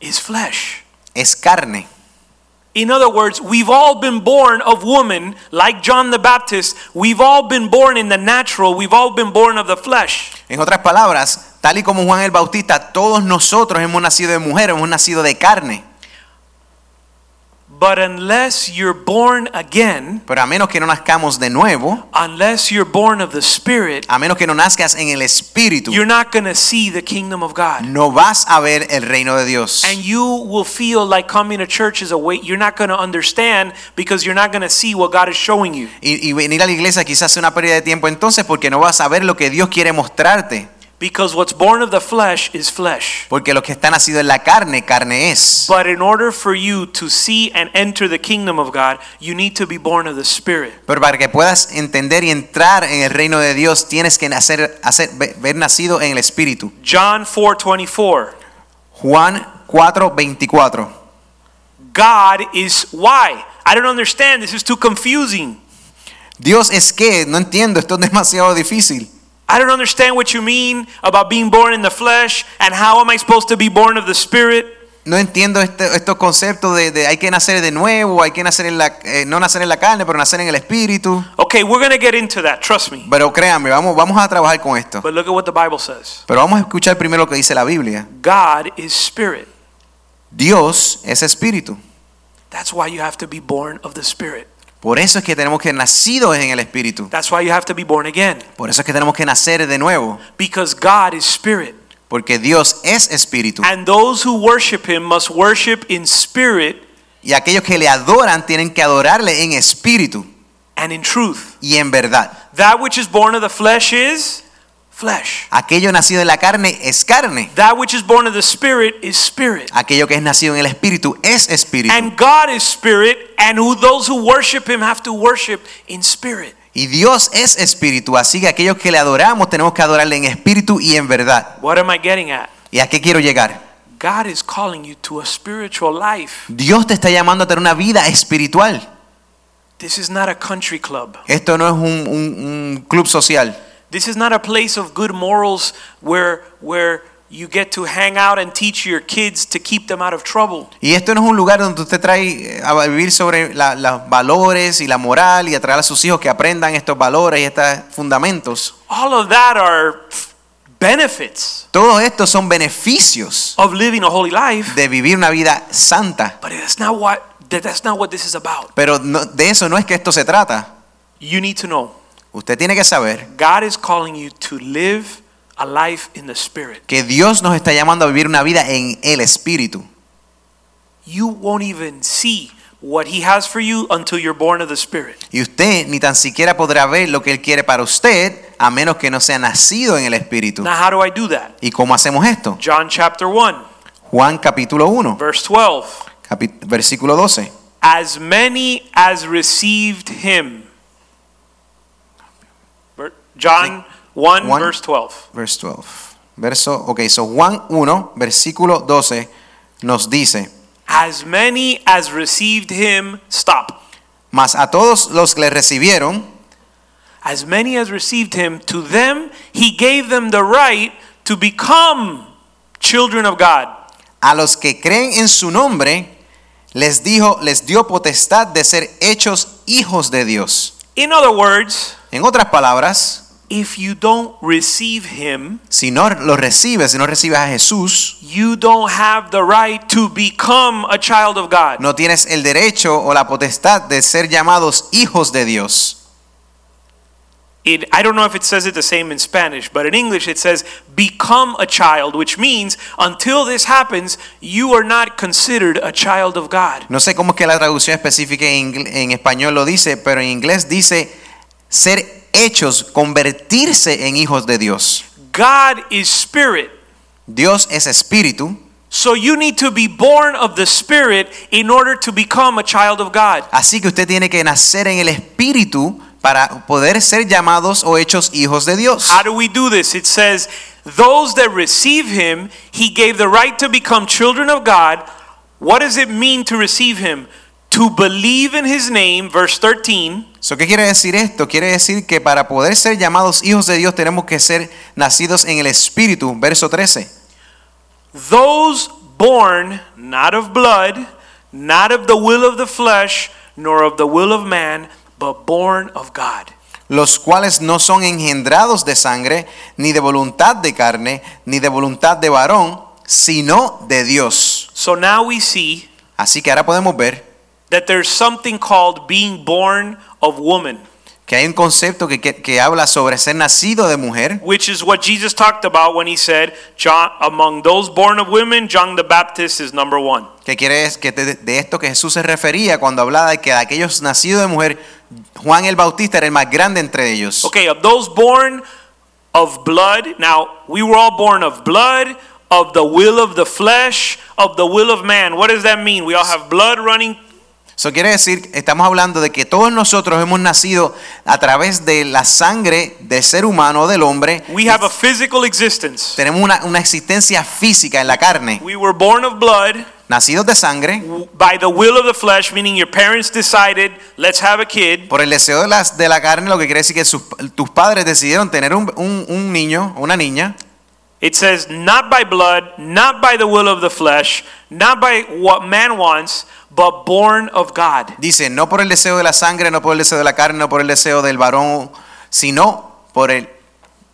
Speaker 1: is flesh.
Speaker 2: es carne.
Speaker 1: In other words, we've all been born of woman, like John the Baptist. We've all been born in the natural, we've all been born of the flesh.
Speaker 2: En otras palabras, tal y como Juan el Bautista, todos nosotros hemos nacido de mujer, hemos nacido de carne.
Speaker 1: But unless you're born again,
Speaker 2: Pero a menos que no nazcamos de nuevo,
Speaker 1: unless you're born of the Spirit,
Speaker 2: a menos que no nazcas en el espíritu,
Speaker 1: you're not going to see the kingdom of God.
Speaker 2: no vas a ver el reino de Dios.
Speaker 1: And you will feel like coming to church is a way you're not going to understand because you're not going to see what God is showing you
Speaker 2: Y, y venir a la iglesia quizás sea una pérdida de tiempo entonces porque no vas a ver lo que Dios quiere mostrarte.
Speaker 1: because what's born of the flesh is flesh.
Speaker 2: Porque los que están nacidos en la carne, carne es.
Speaker 1: But in order for you to see and enter the kingdom of God, you need to be born of the Spirit.
Speaker 2: Pero para que puedas entender y entrar en el reino de Dios, tienes que nacer, hacer, ve- ver nacido en el espíritu.
Speaker 1: John 4:24.
Speaker 2: Juan 4, 24.
Speaker 1: God is why? I don't understand. This is too confusing.
Speaker 2: Dios es que, no entiendo, esto es demasiado difícil.
Speaker 1: I don't understand what you mean about being born in the flesh and how am I supposed to be born of the Spirit?
Speaker 2: No entiendo este- estos conceptos de, de hay que nacer de nuevo, hay que nacer en la, eh, no nacer en la carne, pero nacer en el espíritu.
Speaker 1: Okay, we're going to get into that, trust me.
Speaker 2: Pero créanme, vamos, vamos a trabajar con esto.
Speaker 1: But look at what the Bible says.
Speaker 2: Pero vamos a escuchar primero lo que dice la Biblia.
Speaker 1: God is spirit.
Speaker 2: Dios es espíritu.
Speaker 1: That's why you have to be born of the Spirit.
Speaker 2: Por eso es que tenemos que nacidos en el espíritu.
Speaker 1: That's why you have to be born again
Speaker 2: Por eso es que tenemos que nacer de nuevo,
Speaker 1: because God is spirit.
Speaker 2: porque Dios es espíritu.
Speaker 1: And those who worship him must worship in spirit
Speaker 2: Y aquellos que le adoran tienen que adorarle en espíritu
Speaker 1: and in truth.
Speaker 2: y en verdad.
Speaker 1: That which is born of the flesh is flesh.
Speaker 2: Aquello nacido en la carne es carne.
Speaker 1: That which is born of the spirit is spirit.
Speaker 2: Aquello que es nacido en el espíritu es espíritu.
Speaker 1: And God is spirit, and who those who worship him have to worship in spirit.
Speaker 2: Y Dios es espíritu, así que aquellos que le adoramos tenemos que adorarle en espíritu y en verdad.
Speaker 1: What am I getting at?
Speaker 2: ¿Y a qué quiero llegar?
Speaker 1: God is calling you to a spiritual life.
Speaker 2: Dios te está llamando a tener una vida espiritual.
Speaker 1: This is not a country club.
Speaker 2: Esto no es un, un- un club social.
Speaker 1: This is not a place of good morals where where you get to hang out and teach your kids to keep them out of trouble.
Speaker 2: Y esto no es un lugar donde usted trae eh, a vivir sobre la- los valores y la moral y atraer a sus hijos que aprendan estos valores y estos fundamentos.
Speaker 1: All of that are benefits
Speaker 2: Todos estos son beneficios
Speaker 1: of living a holy life,
Speaker 2: de vivir una vida santa.
Speaker 1: but that's not what that- that's not what this is about.
Speaker 2: Pero no- de eso no es que esto se trata.
Speaker 1: You need to know.
Speaker 2: Usted tiene que saber
Speaker 1: God is calling you to live a life in the spirit.
Speaker 2: que Dios nos está llamando a vivir una vida en el Espíritu.
Speaker 1: You won't even see what he has for you until you're born of the spirit.
Speaker 2: Y usted ni tan siquiera podrá ver lo que Él quiere para usted a menos que no sea nacido en el Espíritu.
Speaker 1: Now how do I do that?
Speaker 2: ¿Y cómo hacemos esto?
Speaker 1: John chapter 1,
Speaker 2: Juan capítulo 1,
Speaker 1: verse 12.
Speaker 2: capi- versículo 12.
Speaker 1: as many as received him. Ver- John 1,
Speaker 2: One.
Speaker 1: verse 12.
Speaker 2: Verse 12. Verso, ok, so Juan 1, versículo 12 nos dice,
Speaker 1: As many as received him, stop.
Speaker 2: mas a todos los que le recibieron,
Speaker 1: As many as received him, to them he gave them the right to become children of God.
Speaker 2: a los que creen en su nombre, les dijo, les dio potestad de ser hechos hijos de Dios.
Speaker 1: In other words,
Speaker 2: En otras palabras,
Speaker 1: if you don't receive him,
Speaker 2: si no lo recibes, si no recibes a Jesús,
Speaker 1: you don't have the right to become a child of God.
Speaker 2: no tienes el derecho o la potestad de ser llamados hijos de Dios.
Speaker 1: It, I don't know if it says it the same in Spanish, but in English it says, become a child, which means until this happens, you are not considered a child of God.
Speaker 2: No sé cómo es que la traducción específica en, ingl- en español lo dice, pero en inglés dice ser hechos, convertirse en hijos de Dios.
Speaker 1: God is spirit.
Speaker 2: Dios es espíritu,
Speaker 1: So you need to be born of the spirit in order to become a child of God.
Speaker 2: así que usted tiene que nacer en el espíritu para poder ser llamados o hechos hijos de Dios.
Speaker 1: Ah. How do we do this? It says, Those that receive him, he gave the right to become children of God. What does it mean to receive him? To believe in his name, verse 13.
Speaker 2: So, ¿Qué quiere decir esto? Quiere decir que para poder ser llamados hijos de Dios tenemos que ser nacidos en el Espíritu, verso 13.
Speaker 1: Those born not of blood, not of the will of the flesh, nor of the will of man, but born of God.
Speaker 2: los cuales no son engendrados de sangre, ni de voluntad de carne, ni de voluntad de varón, sino de Dios.
Speaker 1: So now we see
Speaker 2: Así que ahora podemos ver
Speaker 1: that there's something called being born of woman,
Speaker 2: que hay un concepto que, que- que habla sobre ser nacido de mujer,
Speaker 1: which is what Jesus talked about when he said, John, among those born of women, John the Baptist is number one.
Speaker 2: que quiere es que de, de esto que Jesús se refería cuando hablaba de que de aquellos nacidos de mujer, Juan el Bautista era el más grande entre ellos.
Speaker 1: Okay, of those born of blood, now we were all born of blood, of the will of the flesh, of the will of man. What does that mean? We all have blood running.
Speaker 2: Eso quiere decir, estamos hablando de que todos nosotros hemos nacido a través de la sangre del ser humano, del hombre.
Speaker 1: We have a physical existence.
Speaker 2: Tenemos una, una existencia física en la carne.
Speaker 1: We were born of blood
Speaker 2: nacidos de sangre,
Speaker 1: by the will of the flesh, meaning your parents decided, let's have a kid.
Speaker 2: por el deseo de, las, de la carne, lo que quiere decir que sus- tus padres decidieron tener un, un, un niño o una niña,
Speaker 1: It says, not by blood, not by the will of the flesh, not by what man wants, but born of God.
Speaker 2: dice, no por el deseo de la sangre, no por el deseo de la carne, no por el deseo del varón, sino por el,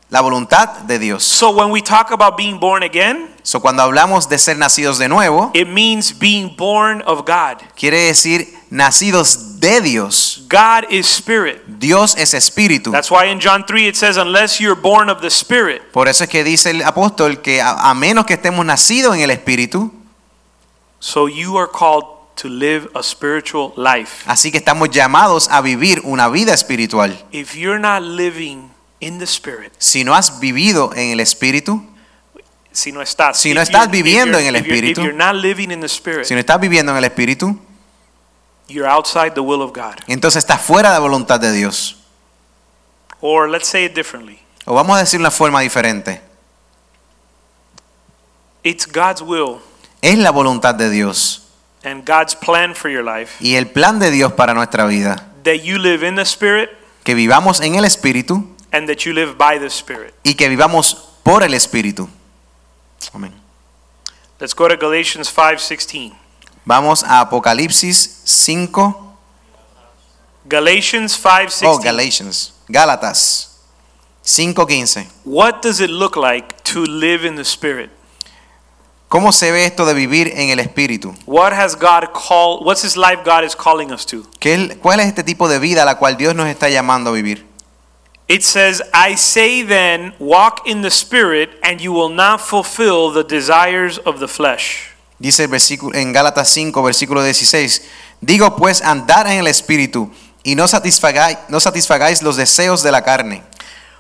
Speaker 2: la voluntad de Dios.
Speaker 1: So when we talk about being born again,
Speaker 2: So, cuando hablamos de ser nacidos de nuevo,
Speaker 1: it means being born of God.
Speaker 2: quiere decir nacidos de Dios.
Speaker 1: God is spirit.
Speaker 2: Dios es espíritu.
Speaker 1: That's why in John 3 it says, unless you're born of the spirit,
Speaker 2: Por eso es que dice el apóstol que a, a menos que estemos nacidos en el espíritu,
Speaker 1: so you are called to live a spiritual life.
Speaker 2: así que estamos llamados a vivir una vida espiritual.
Speaker 1: If you're not living in the spirit,
Speaker 2: Si no has vivido en el Espíritu,
Speaker 1: si no estás,
Speaker 2: Si no
Speaker 1: if
Speaker 2: estás
Speaker 1: you're- if
Speaker 2: viviendo
Speaker 1: you're-
Speaker 2: en el
Speaker 1: if you're- if
Speaker 2: Espíritu.
Speaker 1: you're not living in the spirit,
Speaker 2: si no estás viviendo en el Espíritu,
Speaker 1: you're outside the will of God.
Speaker 2: entonces estás fuera de la voluntad de Dios.
Speaker 1: Or let's say it differently.
Speaker 2: O vamos a decir de una forma diferente.
Speaker 1: It's God's will
Speaker 2: Es la voluntad de Dios
Speaker 1: and God's plan for your life
Speaker 2: y el plan de Dios para nuestra vida.
Speaker 1: that you live in the spirit
Speaker 2: Que vivamos en el Espíritu
Speaker 1: and that you live by the spirit.
Speaker 2: y que vivamos por el Espíritu. Amén.
Speaker 1: Let's go to Galatians 5:16.
Speaker 2: Vamos a Apocalipsis 5.
Speaker 1: Galatians
Speaker 2: Oh,
Speaker 1: 5:16.
Speaker 2: Galatians. Gálatas 5.15.
Speaker 1: What does it look like to live in the spirit?
Speaker 2: ¿Cómo se ve esto de vivir en el Espíritu?
Speaker 1: What has God called what's his life God is calling us to?
Speaker 2: ¿Qué- ¿Cuál es este tipo de vida a la cual Dios nos está llamando a vivir?
Speaker 1: It says, "I say then, walk in the spirit and you will not fulfill the desires of the flesh."
Speaker 2: Dice el versículo en Gálatas 5, versículo 16. Digo pues, andar en el espíritu y no satisfagáis, no satisfagáis los deseos de la carne.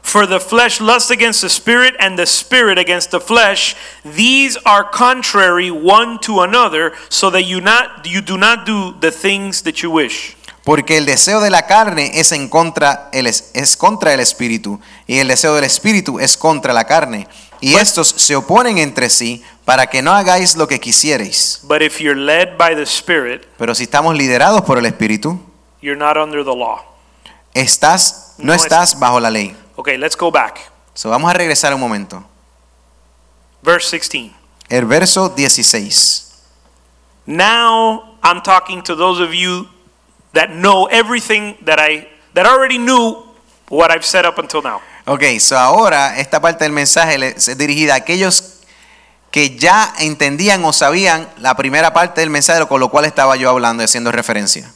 Speaker 1: For the flesh lusts against the spirit, and the spirit against the flesh. These are contrary one to another, so that you not you do not do the things that you wish.
Speaker 2: Porque el deseo de la carne es, en contra, el es, es contra el espíritu y el deseo del espíritu es contra la carne. Y estos se oponen entre sí para que no hagáis lo que quisiereis.
Speaker 1: But if you're led by the spirit,
Speaker 2: Pero si estamos liderados por el espíritu,
Speaker 1: you're not under the law.
Speaker 2: estás, no,
Speaker 1: No es-
Speaker 2: estás bajo la ley.
Speaker 1: Okay, let's go back.
Speaker 2: So, vamos a regresar un momento.
Speaker 1: Verse 16.
Speaker 2: El verso 16.
Speaker 1: Now I'm talking to those of you that know everything that I that already knew what I've said up until now.
Speaker 2: Ok, so ahora esta parte del mensaje le- es dirigida a aquellos que ya entendían o sabían la primera parte del mensaje con lo cual estaba yo hablando y haciendo referencia.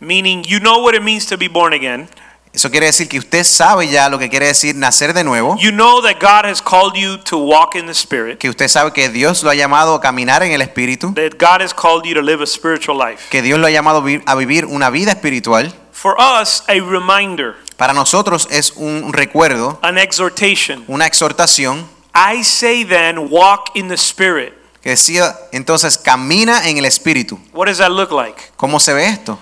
Speaker 1: Meaning you know what it means to be born again.
Speaker 2: Eso quiere decir que usted sabe ya lo que quiere decir nacer de nuevo,
Speaker 1: You know that God has called you to walk in the spirit.
Speaker 2: que usted sabe que Dios lo ha llamado a caminar en el Espíritu,
Speaker 1: that God has called you to live a spiritual life.
Speaker 2: que Dios lo ha llamado vi- a vivir una vida espiritual.
Speaker 1: For us, a reminder,
Speaker 2: Para nosotros es un recuerdo,
Speaker 1: an exhortation.
Speaker 2: una exhortación
Speaker 1: I say then, walk in the Spirit.
Speaker 2: que decía entonces camina en el Espíritu.
Speaker 1: What does that look like?
Speaker 2: ¿Cómo se ve esto?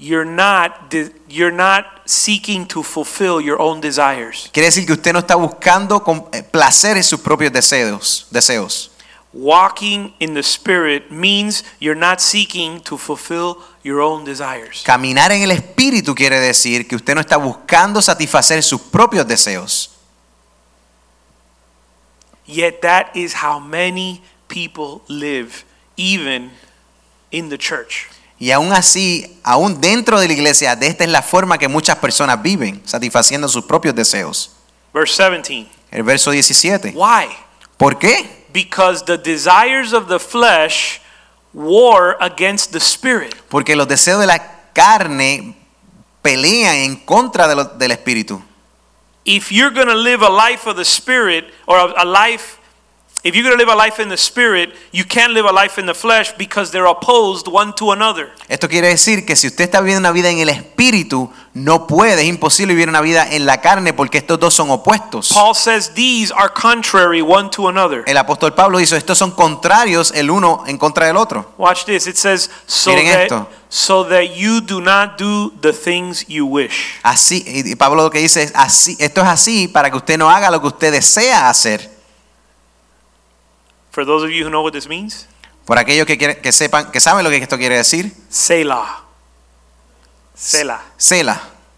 Speaker 1: you're not de- you're not seeking to fulfill your own desires.
Speaker 2: Quiere decir que usted no está buscando con- eh, placer en sus propios deseos. deseos.
Speaker 1: Walking in the spirit means you're not seeking to fulfill your own desires.
Speaker 2: Caminar en el espíritu quiere decir que usted no está buscando satisfacer sus propios deseos.
Speaker 1: Yet that is how many people live even in the church.
Speaker 2: Y aún así, aún dentro de la iglesia, de esta es la forma que muchas personas viven, satisfaciendo sus propios deseos.
Speaker 1: Verse 17.
Speaker 2: El verso 17.
Speaker 1: Why?
Speaker 2: ¿Por qué?
Speaker 1: Because the desires of the flesh war against the spirit.
Speaker 2: Porque los deseos de la carne pelean en contra de lo- del espíritu.
Speaker 1: if you're going to live a life of the spirit or a, a life if you're going to live a life in the spirit you can't live a life in the flesh because they're opposed one to another
Speaker 2: Esto quiere decir que si usted está viviendo una vida en el espíritu, no puede, es imposible vivir una vida en la carne porque estos dos son opuestos.
Speaker 1: paul says these are contrary one to another
Speaker 2: El apóstol Pablo hizo, estos son contrarios el uno en contra del otro.
Speaker 1: watch this it says so
Speaker 2: Miren
Speaker 1: that,
Speaker 2: esto.
Speaker 1: so that you do not do the things you wish
Speaker 2: Así, y y Pablo lo que dice es, así, esto es así para que usted no haga lo que usted desea hacer.
Speaker 1: for those of you who know what this means
Speaker 2: Por aquellos que, quieren- que sepan, que saben lo que esto quiere decir,
Speaker 1: selah selah
Speaker 2: Sela,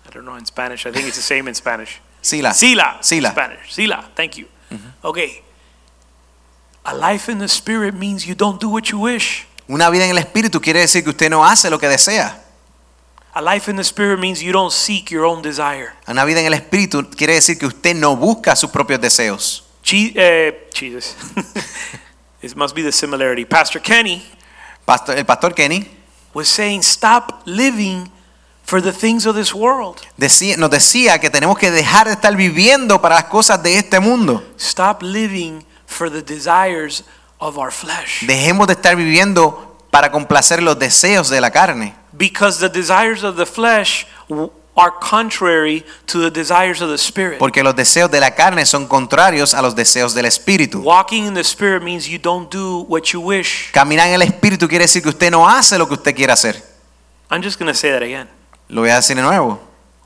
Speaker 1: i don't know in spanish i think it's the same in spanish
Speaker 2: Sila,
Speaker 1: Sila.
Speaker 2: Ah. Sila.
Speaker 1: Spanish. Sila. Thank you. Okay. A life in the spirit means you don't do what you wish.
Speaker 2: Una vida en el espíritu quiere decir que usted no hace lo que desea.
Speaker 1: A life in the spirit means you don't seek your own desire.
Speaker 2: Una vida en el espíritu quiere decir que usted no busca sus propios deseos.
Speaker 1: Je- eh, Jesus. this must be the similarity. Pastor Kenny
Speaker 2: Pastor- el pastor Kenny
Speaker 1: was saying, stop living for the things of this world.
Speaker 2: decía- nos decía que tenemos que dejar de estar viviendo para las cosas de este mundo.
Speaker 1: Stop living for the desires of our flesh.
Speaker 2: Dejemos de estar viviendo para complacer los deseos de la carne.
Speaker 1: Because the desires of the flesh w- are contrary to the desires of the spirit.
Speaker 2: Porque los deseos de la carne son contrarios a los deseos del espíritu.
Speaker 1: Walking in the spirit means you don't do what you wish.
Speaker 2: Caminar en el espíritu quiere decir que usted no hace lo que usted quiere hacer.
Speaker 1: I'm just going to say that again.
Speaker 2: Lo voy a decir de nuevo.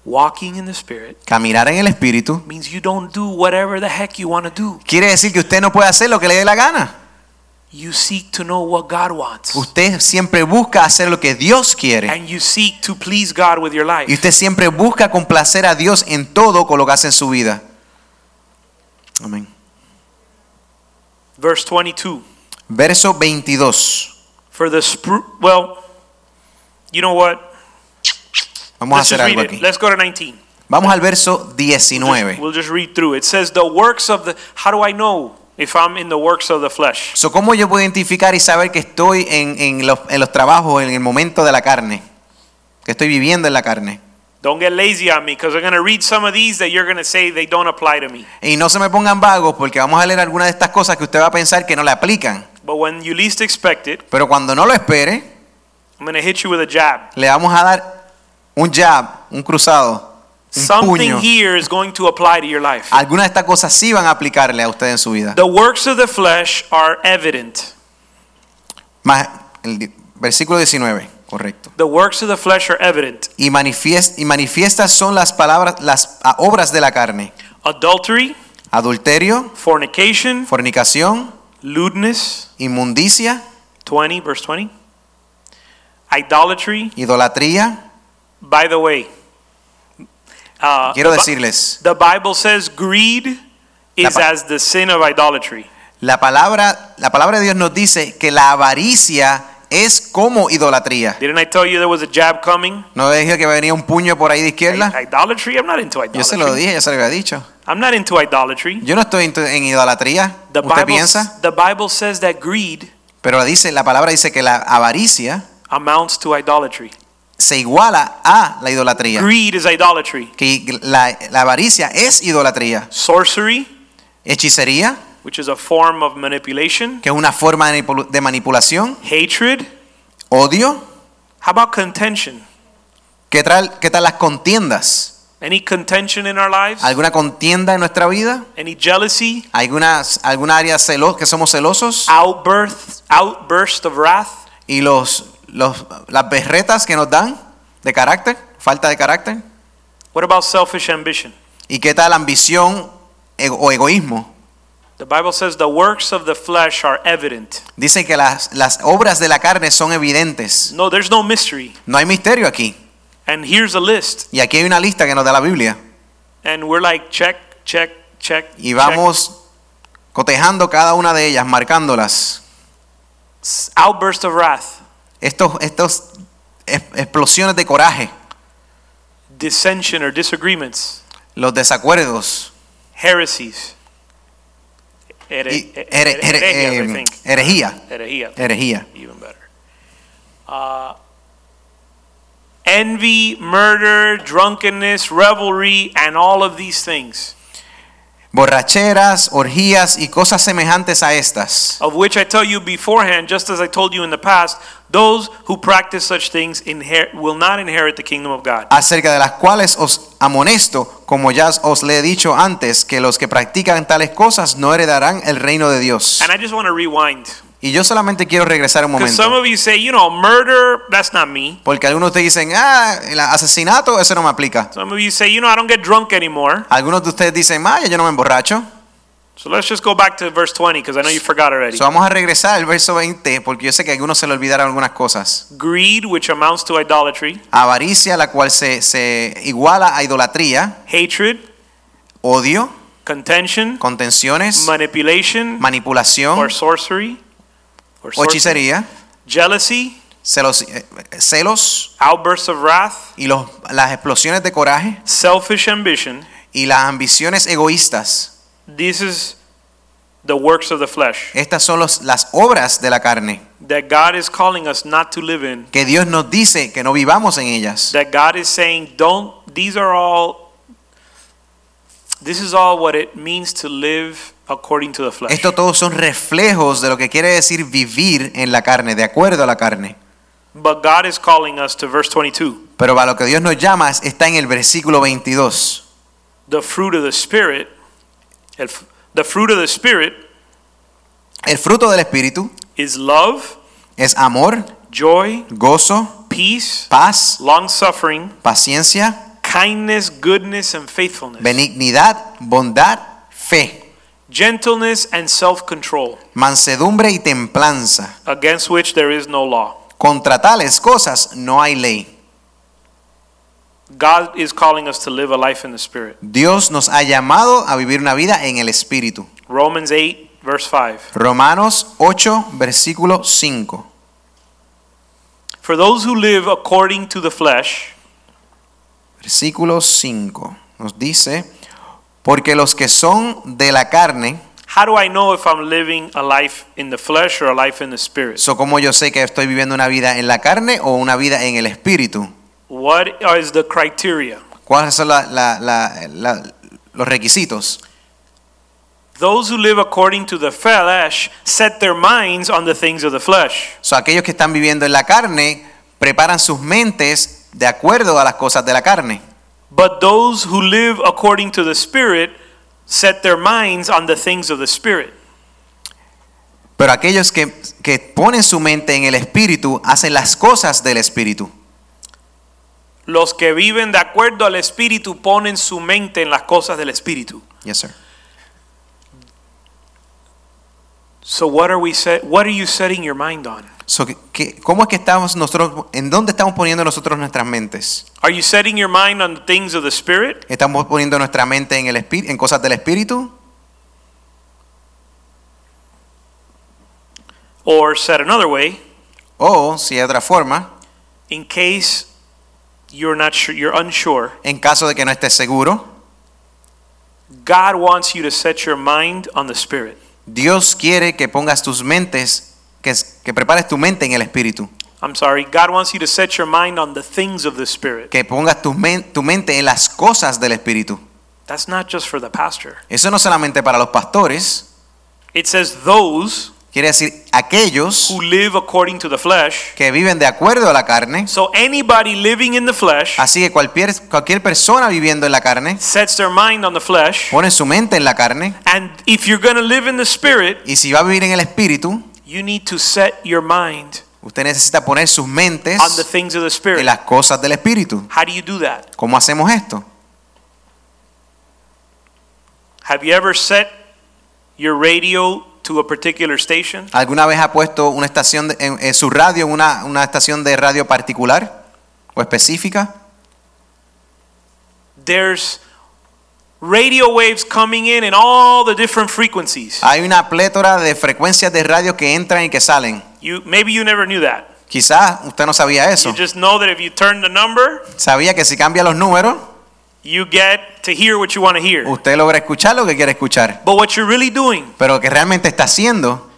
Speaker 1: Walking in the spirit
Speaker 2: Caminar en el espíritu
Speaker 1: means you don't do whatever the heck you want to do.
Speaker 2: quiere decir que usted no puede hacer lo que le dé la gana.
Speaker 1: You seek to know what God wants
Speaker 2: Usted siempre busca hacer lo que Dios quiere.
Speaker 1: and you seek to please God with your
Speaker 2: Y
Speaker 1: life.
Speaker 2: usted siempre busca complacer a Dios en todo con lo que hace en su vida. Amén.
Speaker 1: Verse 22.
Speaker 2: Verso 22.
Speaker 1: For the spru- well, you know what?
Speaker 2: Vamos a
Speaker 1: Let's
Speaker 2: hacer
Speaker 1: just
Speaker 2: algo
Speaker 1: read it.
Speaker 2: aquí.
Speaker 1: Let's go to 19.
Speaker 2: Vamos al verso
Speaker 1: Just-
Speaker 2: 19.
Speaker 1: we'll just read through. It says the works of the How do I know if I'm in the works of the flesh?
Speaker 2: So, ¿Cómo yo puedo identificar y saber que estoy en, en los, en los trabajos, en el momento de la carne? Que estoy viviendo en la carne.
Speaker 1: Don't get lazy on me because I'm going to read some of these that you're going to say they don't apply to me.
Speaker 2: Y no se me pongan vagos porque vamos a leer algunas de estas cosas que usted va a pensar que no le aplican.
Speaker 1: But when you least expect it,
Speaker 2: Pero cuando no lo espere,
Speaker 1: I'm going to hit you with a jab.
Speaker 2: le vamos a dar un jab, un cruzado, un
Speaker 1: Something
Speaker 2: puño.
Speaker 1: here is going to apply to your life.
Speaker 2: Algunas de estas cosas sí van a aplicarle a usted en su vida.
Speaker 1: The works of the flesh are evident.
Speaker 2: Más, el di- versículo 19, correcto.
Speaker 1: The works of the flesh are evident.
Speaker 2: Y, manifies- y manifiestas son las palabras, las ah, obras de la carne.
Speaker 1: Adultery,
Speaker 2: Adulterio,
Speaker 1: fornication,
Speaker 2: fornicación,
Speaker 1: lewdness,
Speaker 2: inmundicia,
Speaker 1: 20 verse 20. Idolatry,
Speaker 2: idolatría.
Speaker 1: by the way. uh,
Speaker 2: Quiero
Speaker 1: the Bi-
Speaker 2: decirles,
Speaker 1: The Bible says greed is
Speaker 2: La pa-
Speaker 1: as the sin of idolatry.
Speaker 2: la palabra, la palabra de Dios nos dice que la avaricia es como idolatría.
Speaker 1: Didn't I tell you there was a jab coming?
Speaker 2: ¿No dije que venía un puño por ahí de izquierda?
Speaker 1: Idolatry? I'm not into
Speaker 2: Yo se lo
Speaker 1: idolatry.
Speaker 2: dije, ya se lo había dicho.
Speaker 1: I'm not into idolatry.
Speaker 2: Yo no estoy en en idolatría,
Speaker 1: The
Speaker 2: usted
Speaker 1: Bible,
Speaker 2: piensa,
Speaker 1: the Bible says that greed
Speaker 2: pero la dice, la palabra dice que la avaricia
Speaker 1: amounts to idolatry.
Speaker 2: se iguala a la idolatría.
Speaker 1: Greed is idolatry.
Speaker 2: que la, la avaricia es idolatría.
Speaker 1: Sorcery,
Speaker 2: Hechicería,
Speaker 1: which is a form of manipulation.
Speaker 2: que es una forma de manipul- de manipulación.
Speaker 1: Hatred.
Speaker 2: Odio,
Speaker 1: How about contention?
Speaker 2: ¿qué tal, qué tal las contiendas?
Speaker 1: Any contention in our lives?
Speaker 2: ¿Alguna contienda en nuestra vida?
Speaker 1: Any jealousy?
Speaker 2: ¿Algunas, ¿Alguna área celo- que somos celosos?
Speaker 1: Outburst, outburst of wrath?
Speaker 2: ¿Y los, los, las berretas que nos dan? ¿De carácter? ¿Falta de carácter?
Speaker 1: What about selfish ambition?
Speaker 2: ¿Y qué tal ambición ego- o egoísmo?
Speaker 1: The Bible says the works of the flesh are evident.
Speaker 2: Dice que las, las obras de la carne son evidentes.
Speaker 1: No, there's no mystery.
Speaker 2: No hay misterio aquí.
Speaker 1: And here's a list.
Speaker 2: Y aquí hay una lista que nos da la Biblia.
Speaker 1: And we're like, check, check, check.
Speaker 2: Y vamos cotejando cada una de ellas, marcándolas.
Speaker 1: check. Outburst of wrath,
Speaker 2: Estos, estos es- explosiones de coraje,
Speaker 1: dissension or disagreements,
Speaker 2: los desacuerdos,
Speaker 1: heresies. Here-
Speaker 2: y-
Speaker 1: here-
Speaker 2: here- here-
Speaker 1: heresias, eh, I
Speaker 2: em,
Speaker 1: think.
Speaker 2: herejía,
Speaker 1: Herejía.
Speaker 2: herejía,
Speaker 1: Even better. Uh, envy, murder, drunkenness, revelry, and all of these things,
Speaker 2: borracheras, orgías y cosas semejantes a estas,
Speaker 1: of which I tell you beforehand, just as I told you in the past, those who practice such things inher- will not inherit the kingdom of God.
Speaker 2: acerca de las cuales os amonesto, como ya os le he dicho antes, que los que practican tales cosas no heredarán el reino de Dios.
Speaker 1: And I just want to rewind.
Speaker 2: Y yo solamente quiero regresar un
Speaker 1: Because some
Speaker 2: momento,
Speaker 1: of you say, you know, murder, that's not me.
Speaker 2: porque algunos de ustedes dicen, ah, el asesinato, eso no me aplica.
Speaker 1: Some of you say, you know, I don't get drunk anymore.
Speaker 2: Algunos de ustedes dicen, Maya, yo no me emborracho.
Speaker 1: So let's just go back to verse 20 because I know you forgot already.
Speaker 2: So, vamos a regresar al verso 20, porque yo sé que a algunos se le olvidaron algunas cosas.
Speaker 1: Greed, which amounts to idolatry,
Speaker 2: Avaricia, la cual se, se iguala a idolatría,
Speaker 1: hatred,
Speaker 2: odio,
Speaker 1: contention,
Speaker 2: contenciones,
Speaker 1: manipulation, or
Speaker 2: manipulación
Speaker 1: sorcery, or
Speaker 2: o
Speaker 1: sorcery,
Speaker 2: hechicería,
Speaker 1: jealousy,
Speaker 2: celos, eh, celos
Speaker 1: outbursts of wrath,
Speaker 2: y los, las explosiones de coraje
Speaker 1: selfish ambition.
Speaker 2: y las ambiciones egoístas.
Speaker 1: This is the works of the flesh
Speaker 2: Estas son los- las obras de la carne
Speaker 1: that God is calling us not to live in.
Speaker 2: que Dios nos dice que no vivamos en ellas.
Speaker 1: That God is saying, don't, these are all, this is all what it means to live according to the flesh.
Speaker 2: Esto todos son reflejos de lo que quiere decir vivir en la carne, de acuerdo a la carne.
Speaker 1: But God is calling us to verse 22.
Speaker 2: Pero para lo que Dios nos llama es- está en el versículo 22.
Speaker 1: The fruit of the Spirit, el f- the fruit of the Spirit
Speaker 2: El fruto del Espíritu
Speaker 1: is love,
Speaker 2: es amor,
Speaker 1: joy,
Speaker 2: gozo,
Speaker 1: peace,
Speaker 2: paz,
Speaker 1: long suffering,
Speaker 2: paciencia,
Speaker 1: kindness, goodness, and faithfulness,
Speaker 2: benignidad, bondad, fe,
Speaker 1: gentleness, and self control,
Speaker 2: mansedumbre y templanza.
Speaker 1: against which there is no law.
Speaker 2: Contra tales cosas no hay ley.
Speaker 1: God is calling us to live a life in the Spirit.
Speaker 2: Dios nos ha llamado a vivir una vida en el Espíritu.
Speaker 1: Romans 8, verse 5.
Speaker 2: Romanos 8, versículo 5.
Speaker 1: For those who live according to the flesh,
Speaker 2: Versículo 5 nos dice, porque los que son de la carne,
Speaker 1: how do I know if I'm living a life in the flesh or a life in the Spirit?
Speaker 2: So, ¿cómo yo sé que estoy viviendo una vida en la carne o una vida en el espíritu?
Speaker 1: What is the criteria?
Speaker 2: ¿Cuáles son la- la- la- la- los requisitos?
Speaker 1: Those who live according to the flesh set their minds on the things of the flesh.
Speaker 2: So, aquellos que están viviendo en la carne preparan sus mentes de acuerdo a las cosas de la carne.
Speaker 1: But those who live according to the Spirit set their minds on the things of the Spirit.
Speaker 2: Pero aquellos que, que ponen su mente en el espíritu hacen las cosas del espíritu.
Speaker 1: Los que viven de acuerdo al Espíritu ponen su mente en las cosas del Espíritu.
Speaker 2: Yes, sir.
Speaker 1: So what are we set, what are you setting your mind on?
Speaker 2: So, ¿qué- qué- ¿Cómo es que estamos nosotros, en dónde estamos poniendo nosotros nuestras mentes?
Speaker 1: Are you setting your mind on the things of the Spirit?
Speaker 2: ¿Estamos poniendo nuestra mente en, el espí- en cosas del espíritu?
Speaker 1: Or said another way,
Speaker 2: O, si hay otra forma,
Speaker 1: in case you're not sure you're unsure,
Speaker 2: en caso de que no estés seguro,
Speaker 1: God wants you to set your mind on the Spirit.
Speaker 2: Dios quiere que pongas tus mentes, que, que prepares tu mente en el espíritu,
Speaker 1: I'm sorry, God wants you to set your mind on the things of the Spirit.
Speaker 2: que pongas tu, men- tu mente en las cosas del espíritu.
Speaker 1: That's not just for the pastor.
Speaker 2: Eso no solamente para los pastores,
Speaker 1: It says those
Speaker 2: quiere decir aquellos
Speaker 1: who live according to the flesh.
Speaker 2: que viven de acuerdo a la carne.
Speaker 1: So anybody living in the flesh
Speaker 2: Así que cualquier, cualquier persona viviendo en la carne
Speaker 1: sets their mind on the flesh.
Speaker 2: pone su mente en la carne.
Speaker 1: And if you're going to live in the spirit,
Speaker 2: Y si va a vivir en el espíritu,
Speaker 1: you need to set your mind
Speaker 2: Usted necesita poner sus mentes
Speaker 1: on the things of the
Speaker 2: en
Speaker 1: Spirit.
Speaker 2: las cosas del Espíritu.
Speaker 1: How do you do that?
Speaker 2: ¿Cómo hacemos esto?
Speaker 1: Have you ever set your radio to a particular station?
Speaker 2: ¿Alguna vez ha puesto una estación de- en, en su radio, una, una estación de radio particular o específica?
Speaker 1: There's radio waves coming in in all the different frequencies.
Speaker 2: Hay una plétora de frecuencias de radio que entran y que salen.
Speaker 1: You maybe you never knew that.
Speaker 2: Quizás usted no sabía eso.
Speaker 1: You just know that if you turn the number,
Speaker 2: Sabía que si cambia los números,
Speaker 1: you get to hear what you want to hear.
Speaker 2: usted logra escuchar lo que quiere escuchar.
Speaker 1: But what you're really doing,
Speaker 2: Pero lo que realmente está haciendo,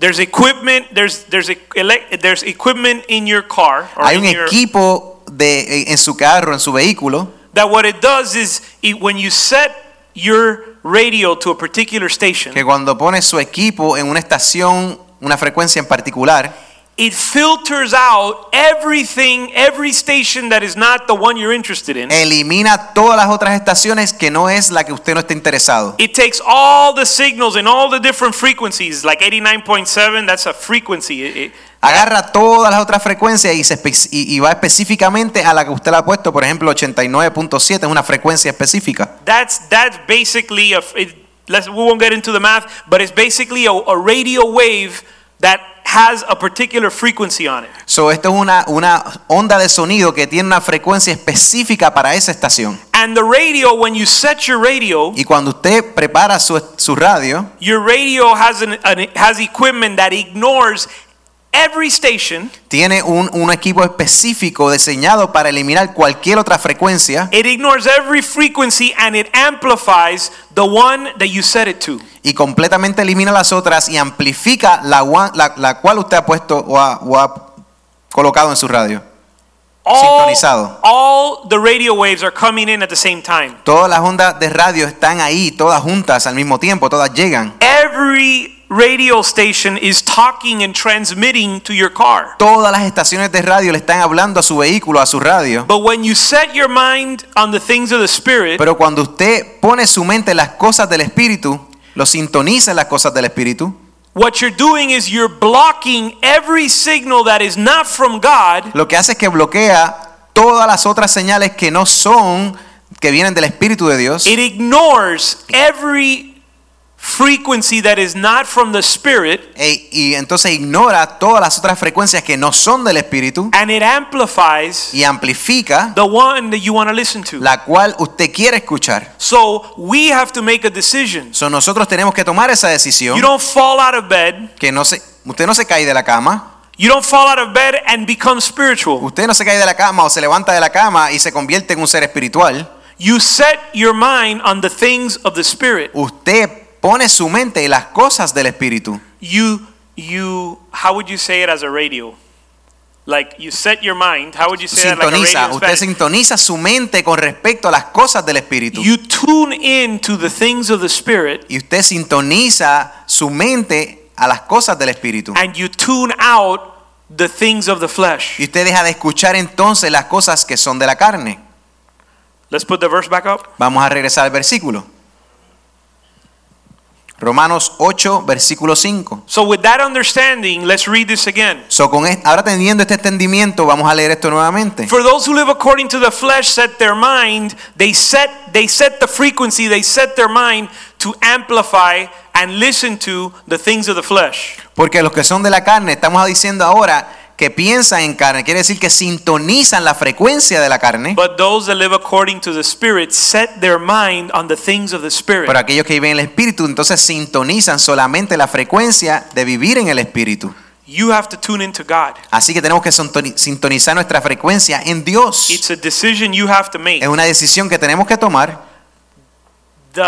Speaker 1: there's equipment, there's there's e- elec- there's equipment in your car or
Speaker 2: hay un
Speaker 1: in your,
Speaker 2: equipo de, en su carro, en su vehículo,
Speaker 1: that what it does is it, when you set your radio to a particular station,
Speaker 2: que cuando pone su equipo en una estación, una frecuencia en particular,
Speaker 1: it filters out everything, every station that is not the one you're interested in.
Speaker 2: Eh. elimina todas las otras estaciones que no es la que usted no está interesado.
Speaker 1: It takes all the signals in all the different frequencies, like 89.7, that's a frequency. It- it-
Speaker 2: Agarra todas las otras frecuencias y, se espe- y y va específicamente a la que usted le ha puesto, por ejemplo, 89.7 es una frecuencia específica.
Speaker 1: that's, that's basically, a, it, let's, we won't get into the math, but it's basically a, a radio wave that has a particular frequency on it.
Speaker 2: So, esto es una, una onda de sonido que tiene una frecuencia específica para esa estación.
Speaker 1: And the radio, when you set your radio,
Speaker 2: Y cuando usted prepara su, su radio,
Speaker 1: your radio has, an, an, has equipment that ignores every station.
Speaker 2: tiene un, un equipo específico diseñado para eliminar cualquier otra frecuencia
Speaker 1: It ignores every frequency and it amplifies the one that you set it to.
Speaker 2: y completamente elimina las otras y amplifica la, one- la, la cual usted ha puesto o ha, o ha colocado en su radio. Sintonizado.
Speaker 1: All, all the radio waves are coming in at the same time.
Speaker 2: Todas las ondas de radio están ahí, todas juntas al mismo tiempo, todas llegan.
Speaker 1: Every radio station is talking and transmitting to your car.
Speaker 2: Todas las estaciones de radio le están hablando a su vehículo, a su radio.
Speaker 1: But when you set your mind on the things of the Spirit,
Speaker 2: Pero cuando usted pone su mente en las cosas del Espíritu, lo sintoniza en las cosas del Espíritu,
Speaker 1: what you're doing is you're blocking every signal that is not from God
Speaker 2: lo que hace es que bloquea todas las otras señales que no son, que vienen del Espíritu de Dios.
Speaker 1: It ignores every frequency that is not from the spirit
Speaker 2: E- y entonces ignora todas las otras frecuencias que no son del Espíritu
Speaker 1: and it amplifies
Speaker 2: y amplifica
Speaker 1: the one that you want to listen to.
Speaker 2: la cual usted quiere escuchar.
Speaker 1: So we have to make a decision.
Speaker 2: So, nosotros tenemos que tomar esa decisión.
Speaker 1: You don't fall out of bed.
Speaker 2: Que no se, usted no se cae de la cama.
Speaker 1: You don't fall out of bed and become spiritual.
Speaker 2: Usted no se cae de la cama o se levanta de la cama y se convierte en un ser espiritual.
Speaker 1: You set your mind on the things of the spirit.
Speaker 2: Usted pone su mente en las cosas del Espíritu.
Speaker 1: You you how would you say it as a radio? Like you set your mind. How would you say that like a radio?
Speaker 2: Sintoniza,
Speaker 1: in
Speaker 2: usted
Speaker 1: Spanish?
Speaker 2: sintoniza su mente con respecto a las cosas del Espíritu.
Speaker 1: You tune in to the things of the spirit
Speaker 2: Y usted sintoniza su mente a las cosas del Espíritu.
Speaker 1: and you tune out the things of the flesh.
Speaker 2: Y usted deja de escuchar entonces las cosas que son de la carne.
Speaker 1: Let's put the verse back up.
Speaker 2: Vamos a regresar al versículo. Romanos 8, versículo 5.
Speaker 1: So, with that understanding, let's read this again.
Speaker 2: So, con es- ahora teniendo este entendimiento, vamos a leer esto nuevamente.
Speaker 1: For those who live according to the flesh set their mind, they set they set the frequency, they set their mind to amplify and listen to the things of the flesh.
Speaker 2: Porque los que son de la carne, estamos diciendo ahora que piensan en carne, quiere decir que sintonizan la frecuencia de la carne.
Speaker 1: But those that live according to the spirit set their mind on the things of the spirit.
Speaker 2: Pero aquellos que viven en el espíritu, entonces sintonizan solamente la frecuencia de vivir en el espíritu.
Speaker 1: You have to tune into God.
Speaker 2: Así que tenemos que sintoni- sintonizar nuestra frecuencia en Dios.
Speaker 1: It's a decision you have to make.
Speaker 2: Es una decisión que tenemos que tomar
Speaker 1: The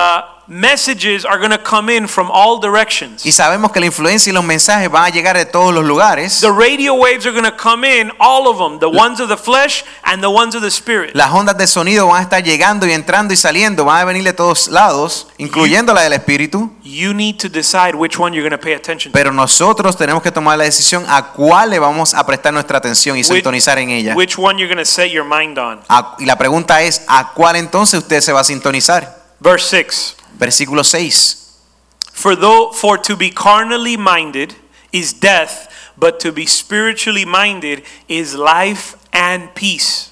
Speaker 1: messages are going to come in from all directions.
Speaker 2: y sabemos que la influencia y los mensajes van a llegar de todos los lugares.
Speaker 1: The radio waves are going to come in, all of them, the ones of the flesh and the ones of the spirit.
Speaker 2: Las ondas de sonido van a estar llegando y entrando y saliendo, van a venir de todos lados, incluyendo la del espíritu.
Speaker 1: You need to decide which one you're going to pay attention to,
Speaker 2: Pero nosotros tenemos que tomar la decisión a cuál le vamos a prestar nuestra atención y sintonizar en ella.
Speaker 1: which one you're going to set your mind on.
Speaker 2: A- y la pregunta es, ¿a cuál entonces usted se va a sintonizar?
Speaker 1: Verse 6
Speaker 2: Versículo 6.
Speaker 1: For though for to be carnally minded is death, but to be spiritually minded is life and peace.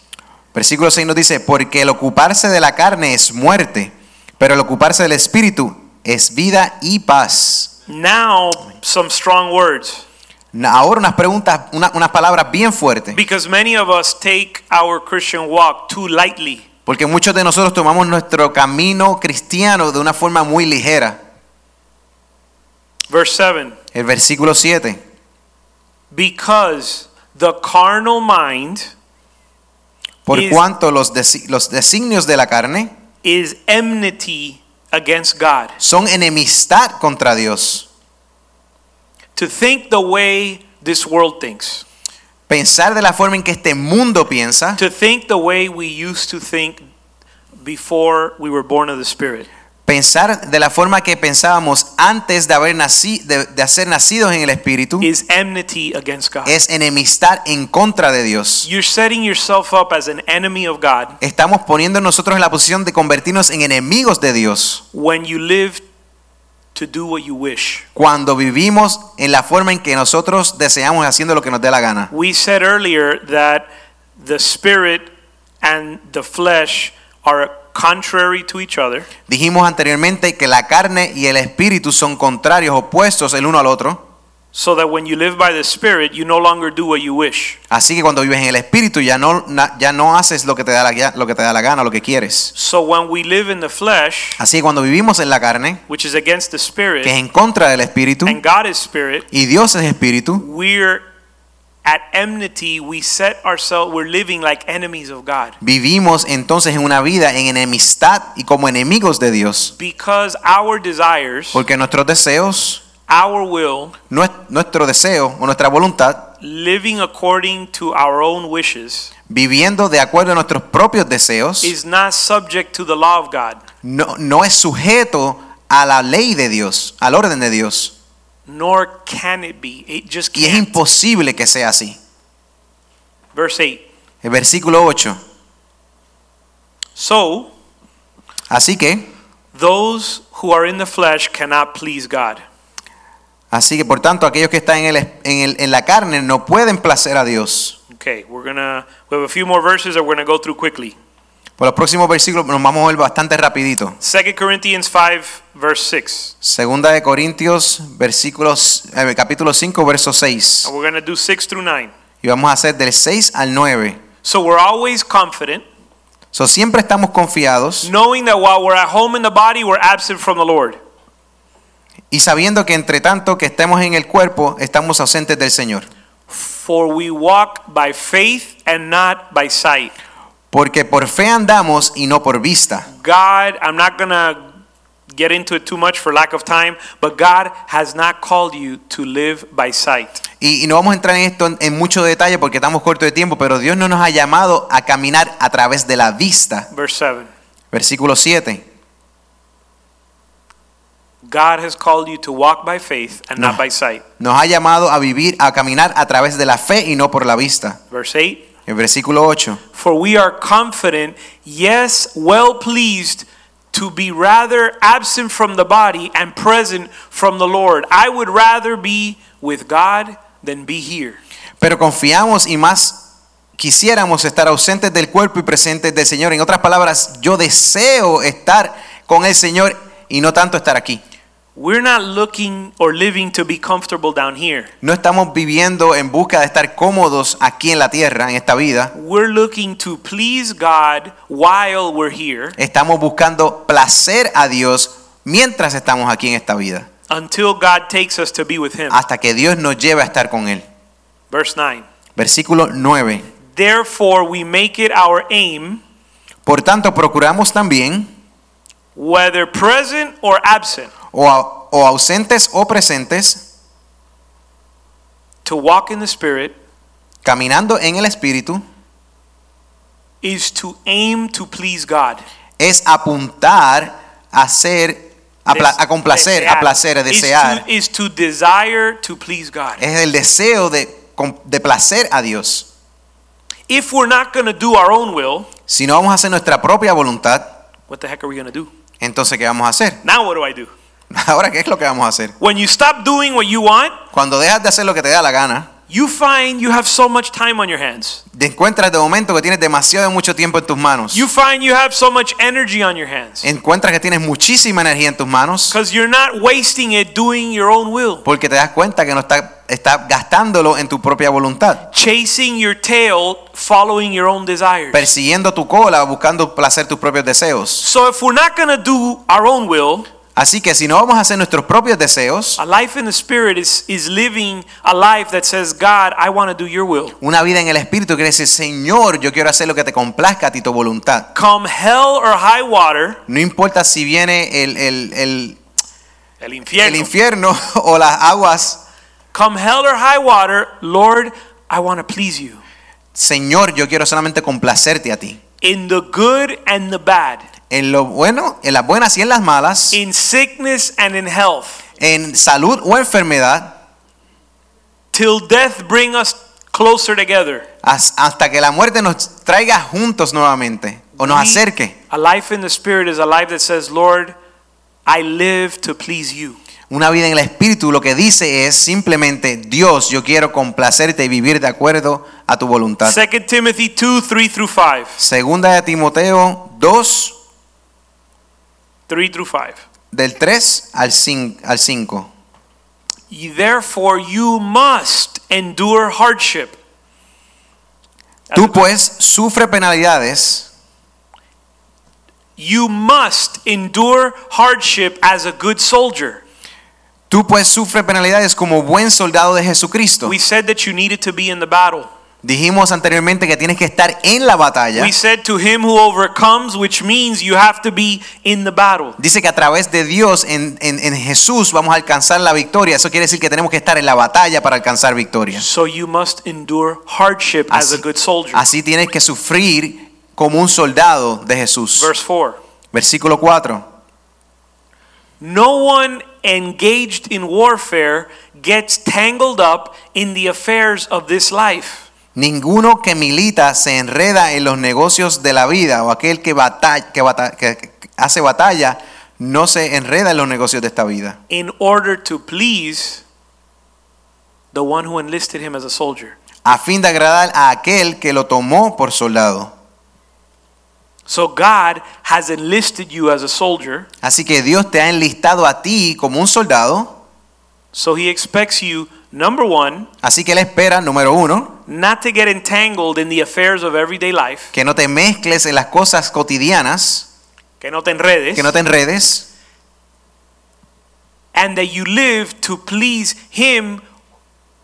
Speaker 2: Versículo 6 nos dice, porque el ocuparse de la carne es muerte, pero el ocuparse del espíritu es vida y paz.
Speaker 1: Now, some strong words.
Speaker 2: Na- Ahora unas preguntas, una- unas palabras bien fuertes,
Speaker 1: Because many of us take our Christian walk too lightly.
Speaker 2: porque muchos de nosotros tomamos nuestro camino cristiano de una forma muy ligera.
Speaker 1: Verse 7
Speaker 2: El versículo 7,
Speaker 1: Because the carnal mind
Speaker 2: por
Speaker 1: Is-
Speaker 2: cuanto los, desi- los designios de la carne
Speaker 1: is enmity against God.
Speaker 2: son enemistad contra Dios.
Speaker 1: To think the way this world thinks,
Speaker 2: Pensar de la forma en que este mundo piensa,
Speaker 1: to think the way we used to think before we were born of the Spirit.
Speaker 2: pensar de la forma que pensábamos antes de, haber naci- de, de ser nacidos en el Espíritu,
Speaker 1: is enmity against God.
Speaker 2: es enemistad en contra de Dios.
Speaker 1: You're setting yourself up as an enemy of God
Speaker 2: Estamos poniendo nosotros en la posición de convertirnos en enemigos de Dios
Speaker 1: when you live to do what you wish.
Speaker 2: cuando vivimos en la forma en que nosotros deseamos haciendo lo que nos dé la gana.
Speaker 1: We said earlier that the spirit and the flesh are contrary to each other,
Speaker 2: Dijimos anteriormente que la carne y el espíritu son contrarios, opuestos el uno al otro.
Speaker 1: so that when you live by the spirit, you no longer do what you wish.
Speaker 2: Así que cuando vives en el espíritu ya no, na- ya no haces lo que, te da la, ya- lo que te da la gana, lo que quieres.
Speaker 1: So when we live in the flesh,
Speaker 2: Así que cuando vivimos en la carne,
Speaker 1: which is against the
Speaker 2: que es
Speaker 1: spirit,
Speaker 2: en contra del espíritu,
Speaker 1: and God is spirit,
Speaker 2: y Dios es espíritu,
Speaker 1: we're at enmity, we set ourselves, we're living like enemies of God.
Speaker 2: Vivimos entonces en una vida en enemistad y como enemigos de Dios,
Speaker 1: Because our desires,
Speaker 2: porque nuestros deseos,
Speaker 1: our will,
Speaker 2: nue- nuestro deseo o nuestra voluntad,
Speaker 1: living according to our own wishes,
Speaker 2: viviendo de acuerdo a nuestros propios deseos,
Speaker 1: is not subject to the law of God,
Speaker 2: no, no es sujeto a la ley de Dios, al orden de Dios.
Speaker 1: nor can it be. It just
Speaker 2: Y es
Speaker 1: can't.
Speaker 2: imposible que sea así.
Speaker 1: Verse 8.
Speaker 2: El versículo 8.
Speaker 1: So,
Speaker 2: Así que,
Speaker 1: those who are in the flesh cannot please God.
Speaker 2: así que por tanto, aquellos que están en, el es- en el- en la carne no pueden placer a Dios.
Speaker 1: Okay, we're going to we have a few more verses that we're going to go through quickly.
Speaker 2: Por los próximos versículos nos vamos a ver bastante rapidito.
Speaker 1: 2 Corinthians 5 verse 6.
Speaker 2: Segunda de Corintios, versículos, eh, capítulo 5, verso 6.
Speaker 1: And we're going to do 6 through 9.
Speaker 2: Y vamos a hacer del 6 al 9.
Speaker 1: So we're always confident,
Speaker 2: So, siempre estamos confiados
Speaker 1: knowing that while we're at home in the body, we're absent from the Lord.
Speaker 2: y sabiendo que entre tanto que estemos en el cuerpo, estamos ausentes del Señor.
Speaker 1: For we walk by faith and not by sight.
Speaker 2: Porque por fe andamos y no por vista.
Speaker 1: God, I'm not going to get into it too much for lack of time, but God has not called you to live by sight.
Speaker 2: Y, y no vamos a entrar en esto en, en mucho detalle porque estamos cortos de tiempo, pero Dios no nos ha llamado a caminar a través de la vista.
Speaker 1: Verse 7.
Speaker 2: Versículo 7.
Speaker 1: God has called you to walk by faith and not
Speaker 2: No.
Speaker 1: by sight.
Speaker 2: Nos ha llamado a vivir, a caminar a través de la fe y no por la vista.
Speaker 1: Verse 8.
Speaker 2: El versículo 8.
Speaker 1: For we are confident, yes, well pleased to be rather absent from the body and present from the Lord. I would rather be with God than be here.
Speaker 2: Pero confiamos y más quisiéramos estar ausentes del cuerpo y presentes del Señor. En otras palabras, yo deseo estar con el Señor y no tanto estar aquí.
Speaker 1: We're not looking or living to be comfortable down here.
Speaker 2: No estamos viviendo en busca de estar cómodos aquí en la tierra, en esta vida.
Speaker 1: We're looking to please God while we're here
Speaker 2: Estamos buscando placer a Dios mientras estamos aquí en esta vida,
Speaker 1: until God takes us to be with Him.
Speaker 2: hasta que Dios nos lleve a estar con Él.
Speaker 1: Verse 9.
Speaker 2: Versículo 9.
Speaker 1: Therefore, we make it our aim,
Speaker 2: Por tanto, procuramos también,
Speaker 1: whether present or absent,
Speaker 2: o, au- o ausentes o presentes,
Speaker 1: to walk in the Spirit,
Speaker 2: caminando en el Espíritu,
Speaker 1: is to aim to please God.
Speaker 2: es apuntar a ser, a, pla- a complacer, a placer, a
Speaker 1: Is to-
Speaker 2: desear. Eh.
Speaker 1: Is to, desire to please God.
Speaker 2: Es el deseo de, com- de placer a Dios.
Speaker 1: If we're not going to do our own will,
Speaker 2: Si no vamos a hacer nuestra propia voluntad,
Speaker 1: what the heck are we going to do?
Speaker 2: entonces ¿qué vamos a hacer?
Speaker 1: Now, what do I do?
Speaker 2: Ahora, ¿qué es lo que vamos a hacer?
Speaker 1: When you stop doing what you want
Speaker 2: Cuando dejas de hacer lo que te da la gana
Speaker 1: you find you have so much time on your hands.
Speaker 2: Te encuentras de momento que tienes demasiado mucho tiempo en tus manos.
Speaker 1: You find you have so much energy on your hands
Speaker 2: Encuentras que tienes muchísima energía en tus manos
Speaker 1: because you're not wasting it doing your own will,
Speaker 2: porque te das cuenta que no está, está gastándolo en tu propia voluntad.
Speaker 1: chasing your tail, following your own desires.
Speaker 2: Persiguiendo tu cola, buscando placer tus propios deseos.
Speaker 1: So if we're not going to do our own will,
Speaker 2: Así que si no vamos a hacer nuestros propios deseos,
Speaker 1: a life in the spirit is is living a life that says, "God, I want to do your will."
Speaker 2: una vida en el Espíritu quiere decir, Señor, yo quiero hacer lo que te complazca a ti tu voluntad.
Speaker 1: Come hell or high water,
Speaker 2: No importa si viene el, el- el-
Speaker 1: el
Speaker 2: el
Speaker 1: infierno.
Speaker 2: infierno o las aguas,
Speaker 1: Come hell or high water, Lord, I want to please you
Speaker 2: Señor, yo quiero solamente complacerte a ti.
Speaker 1: in the good and the bad,
Speaker 2: En lo bueno, en las buenas y en las malas,
Speaker 1: in sickness and in health.
Speaker 2: en salud o enfermedad,
Speaker 1: till death bring us closer together.
Speaker 2: has- hasta que la muerte nos traiga juntos nuevamente o nos
Speaker 1: We-
Speaker 2: acerque.
Speaker 1: A life in the spirit is a life that says, Lord, I live to please you.
Speaker 2: Una vida en el Espíritu lo que dice es simplemente, Dios, yo quiero complacerte y vivir de acuerdo a tu voluntad.
Speaker 1: Second Timothy 2, 3 through 5.
Speaker 2: Segunda de Timoteo 2,
Speaker 1: 3 through 5.
Speaker 2: del 3 al 5. Al 5.
Speaker 1: Ye Therefore you must endure hardship.
Speaker 2: Tú pues sufre penalidades.
Speaker 1: You must endure hardship as a good soldier.
Speaker 2: Tú pues sufre penalidades como buen soldado de Jesucristo.
Speaker 1: We said that you needed to be in the battle.
Speaker 2: Dijimos anteriormente que tienes que estar en la batalla.
Speaker 1: We said to him who overcomes, which means you have to be in the battle.
Speaker 2: Dice que a través de Dios, en, en- en Jesús, vamos a alcanzar la victoria. Eso quiere decir que tenemos que estar en la batalla para alcanzar victoria.
Speaker 1: So you must endure hardship as a
Speaker 2: Así,
Speaker 1: good soldier.
Speaker 2: así tienes que sufrir como un soldado de Jesús.
Speaker 1: Verse 4.
Speaker 2: Versículo 4.
Speaker 1: No one engaged in warfare gets tangled up in the affairs of this life,
Speaker 2: Ninguno que milita se enreda en los negocios de la vida o aquel que, bata- que bata- que- que hace batalla no se enreda en los negocios de esta vida.
Speaker 1: in order to please the one who enlisted him as a soldier.
Speaker 2: a fin de agradar a aquel que lo tomó por soldado.
Speaker 1: So God has enlisted you as a soldier,
Speaker 2: Así que Dios te ha enlistado a ti como un soldado,
Speaker 1: so He expects you, number one,
Speaker 2: así que Él espera, número uno,
Speaker 1: not to get entangled in the affairs of everyday life,
Speaker 2: que no te mezcles en las cosas cotidianas,
Speaker 1: que no te enredes,
Speaker 2: que no te enredes,
Speaker 1: and that you live to please Him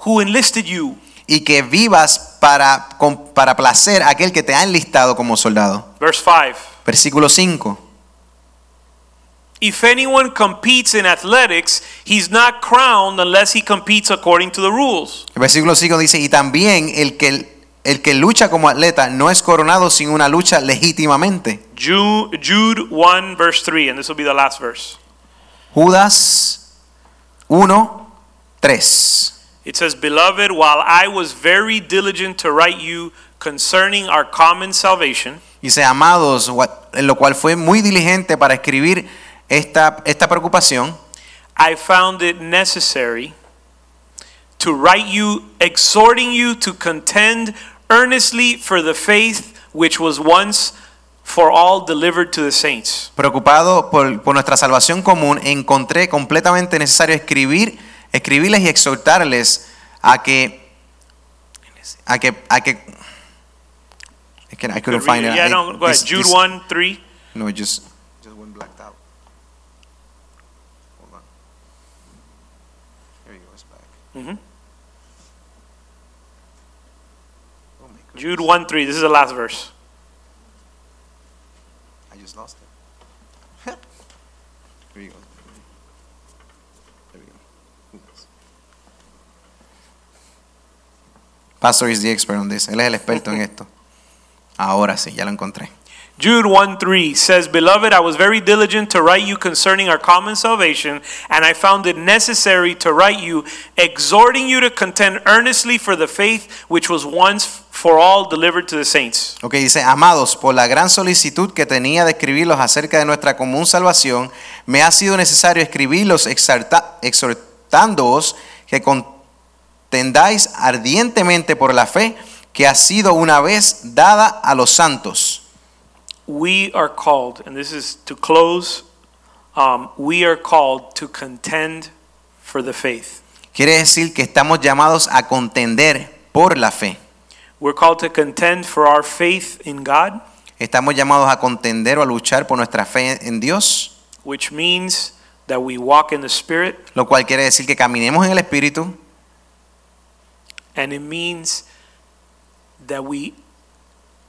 Speaker 1: who enlisted you.
Speaker 2: y que vivas para, con- para placer a aquel que te ha enlistado como soldado.
Speaker 1: Verse 5.
Speaker 2: Versículo 5.
Speaker 1: If anyone competes in athletics, he's not crowned unless he competes according to the rules.
Speaker 2: El versículo 5 dice, y también el que, el que lucha como atleta no es coronado sin una lucha legítimamente.
Speaker 1: Ju- Jude 1, verse 3, and this will be the last verse.
Speaker 2: Judas 1, 3.
Speaker 1: It says, Beloved, while I was very diligent to write you concerning our common salvation,
Speaker 2: Dice, amados, gua- en lo cual fue muy diligente para escribir esta, esta preocupación,
Speaker 1: I found it necessary to write you, exhorting you to contend earnestly for the faith which was once for all delivered to the saints.
Speaker 2: preocupado por, por nuestra salvación común, encontré completamente necesario escribir, escribirles y exhortarles a que, a que, a que, I can't- I couldn't find it.
Speaker 1: Yeah,
Speaker 2: I-
Speaker 1: no, go ahead.
Speaker 2: this-
Speaker 1: Jude
Speaker 2: this-
Speaker 1: 1, 3.
Speaker 2: No, it just, just went blacked out. Hold on. There you go, it's back.
Speaker 1: Mhm.
Speaker 2: Oh my goodness,
Speaker 1: Jude 1 3. This is the last verse.
Speaker 2: I just lost it. There you go. There you go. Pastor is the expert on this. Él es el experto en esto. Ahora sí, ya lo encontré.
Speaker 1: Jude 1 3 says, Beloved, I was very diligent to write you concerning our common salvation, and I found it necessary to write you, exhorting you to contend earnestly for the faith which was once for all delivered to the saints.
Speaker 2: Ok, dice, amados, por la gran solicitud que tenía de escribirlos acerca de nuestra común salvación, me ha sido necesario escribirlos exalta- exhortándoos que con- tendáis ardientemente por la fe que ha sido una vez dada a los santos.
Speaker 1: We are called, and this is to close, um, we are called to contend for the faith.
Speaker 2: Quiere decir que estamos llamados a contender por la fe.
Speaker 1: We're called to contend for our faith in God,
Speaker 2: Estamos llamados a contender o a luchar por nuestra fe en Dios,
Speaker 1: which means that we walk in the Spirit,
Speaker 2: lo cual quiere decir que caminemos en el Espíritu
Speaker 1: and it means that we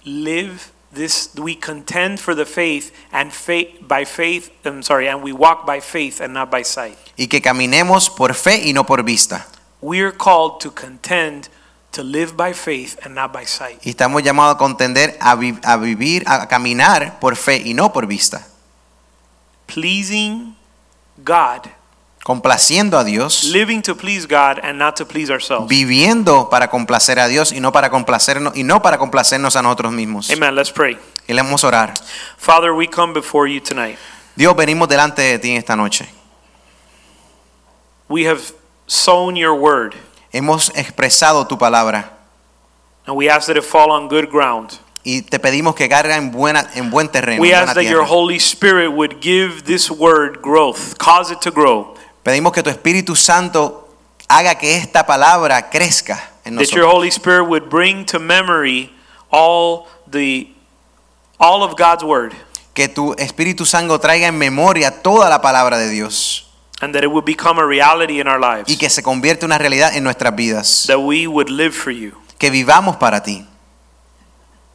Speaker 1: live this, we contend for the faith, and faith, by faith, I'm sorry, and we walk by faith and not by sight.
Speaker 2: y que caminemos por fe y no por vista.
Speaker 1: We're called to contend to live by faith and not by sight.
Speaker 2: Y estamos llamados a contender, a, vi- a vivir, a caminar por fe y no por vista.
Speaker 1: Pleasing God,
Speaker 2: Complaciendo a Dios,
Speaker 1: living to please God and not to please ourselves.
Speaker 2: viviendo para complacer a Dios y no para complacernos, y no para complacernos a nosotros mismos.
Speaker 1: Amen. Let's pray.
Speaker 2: Y le vamos a orar.
Speaker 1: Father, we come before you tonight.
Speaker 2: Dios, venimos delante de ti en esta noche.
Speaker 1: We have sown your word,
Speaker 2: Hemos expresado tu palabra
Speaker 1: and we ask that it fall on good ground.
Speaker 2: y te pedimos que carga en, buena, en buen terreno.
Speaker 1: We
Speaker 2: en
Speaker 1: ask
Speaker 2: buena
Speaker 1: that your
Speaker 2: tierra.
Speaker 1: Holy Spirit would give this word growth, cause it to grow.
Speaker 2: Pedimos que tu Espíritu Santo haga que esta palabra crezca en
Speaker 1: That your
Speaker 2: nosotros.
Speaker 1: Holy Spirit would bring to memory all the all of God's word,
Speaker 2: Que tu Espíritu Santo traiga en memoria toda la palabra de Dios
Speaker 1: and that it would become a reality in our lives.
Speaker 2: y que se convierta en una realidad en nuestras vidas.
Speaker 1: That we would live for you.
Speaker 2: Que vivamos para ti.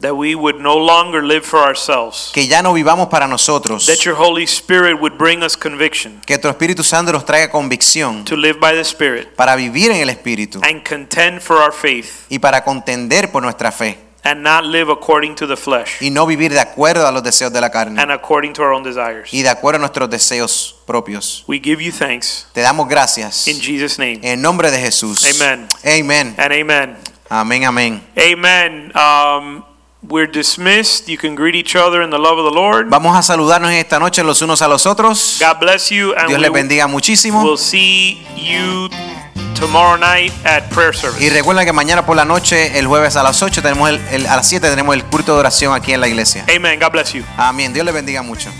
Speaker 1: That we would no longer live for ourselves.
Speaker 2: Que ya no vivamos para nosotros.
Speaker 1: That your Holy Spirit would bring us conviction
Speaker 2: Que tu Espíritu Santo nos traiga convicción
Speaker 1: to live by the Spirit
Speaker 2: para vivir en el Espíritu
Speaker 1: and contend for our faith
Speaker 2: y para contender por nuestra fe
Speaker 1: and not live according to the flesh
Speaker 2: y no vivir de acuerdo a los deseos de la carne
Speaker 1: and according to our own desires.
Speaker 2: y de acuerdo a nuestros deseos propios.
Speaker 1: We give you thanks
Speaker 2: Te damos gracias.
Speaker 1: in Jesus' name.
Speaker 2: En nombre de Jesús.
Speaker 1: Amen.
Speaker 2: Amen.
Speaker 1: And amen.
Speaker 2: Amén, amén.
Speaker 1: Amen. Um, we're dismissed. You can greet each other in the love of the Lord.
Speaker 2: Vamos a saludarnos esta noche los unos a los otros.
Speaker 1: God bless you, and
Speaker 2: Dios les
Speaker 1: we
Speaker 2: bendiga muchísimo.
Speaker 1: will see you tomorrow night at prayer
Speaker 2: Y
Speaker 1: service.
Speaker 2: recuerda que mañana por la noche, el jueves a las 8, tenemos el- el- a las 7 tenemos el culto de oración aquí en la iglesia.
Speaker 1: Amen. God bless you.
Speaker 2: Amén. Dios les bendiga mucho.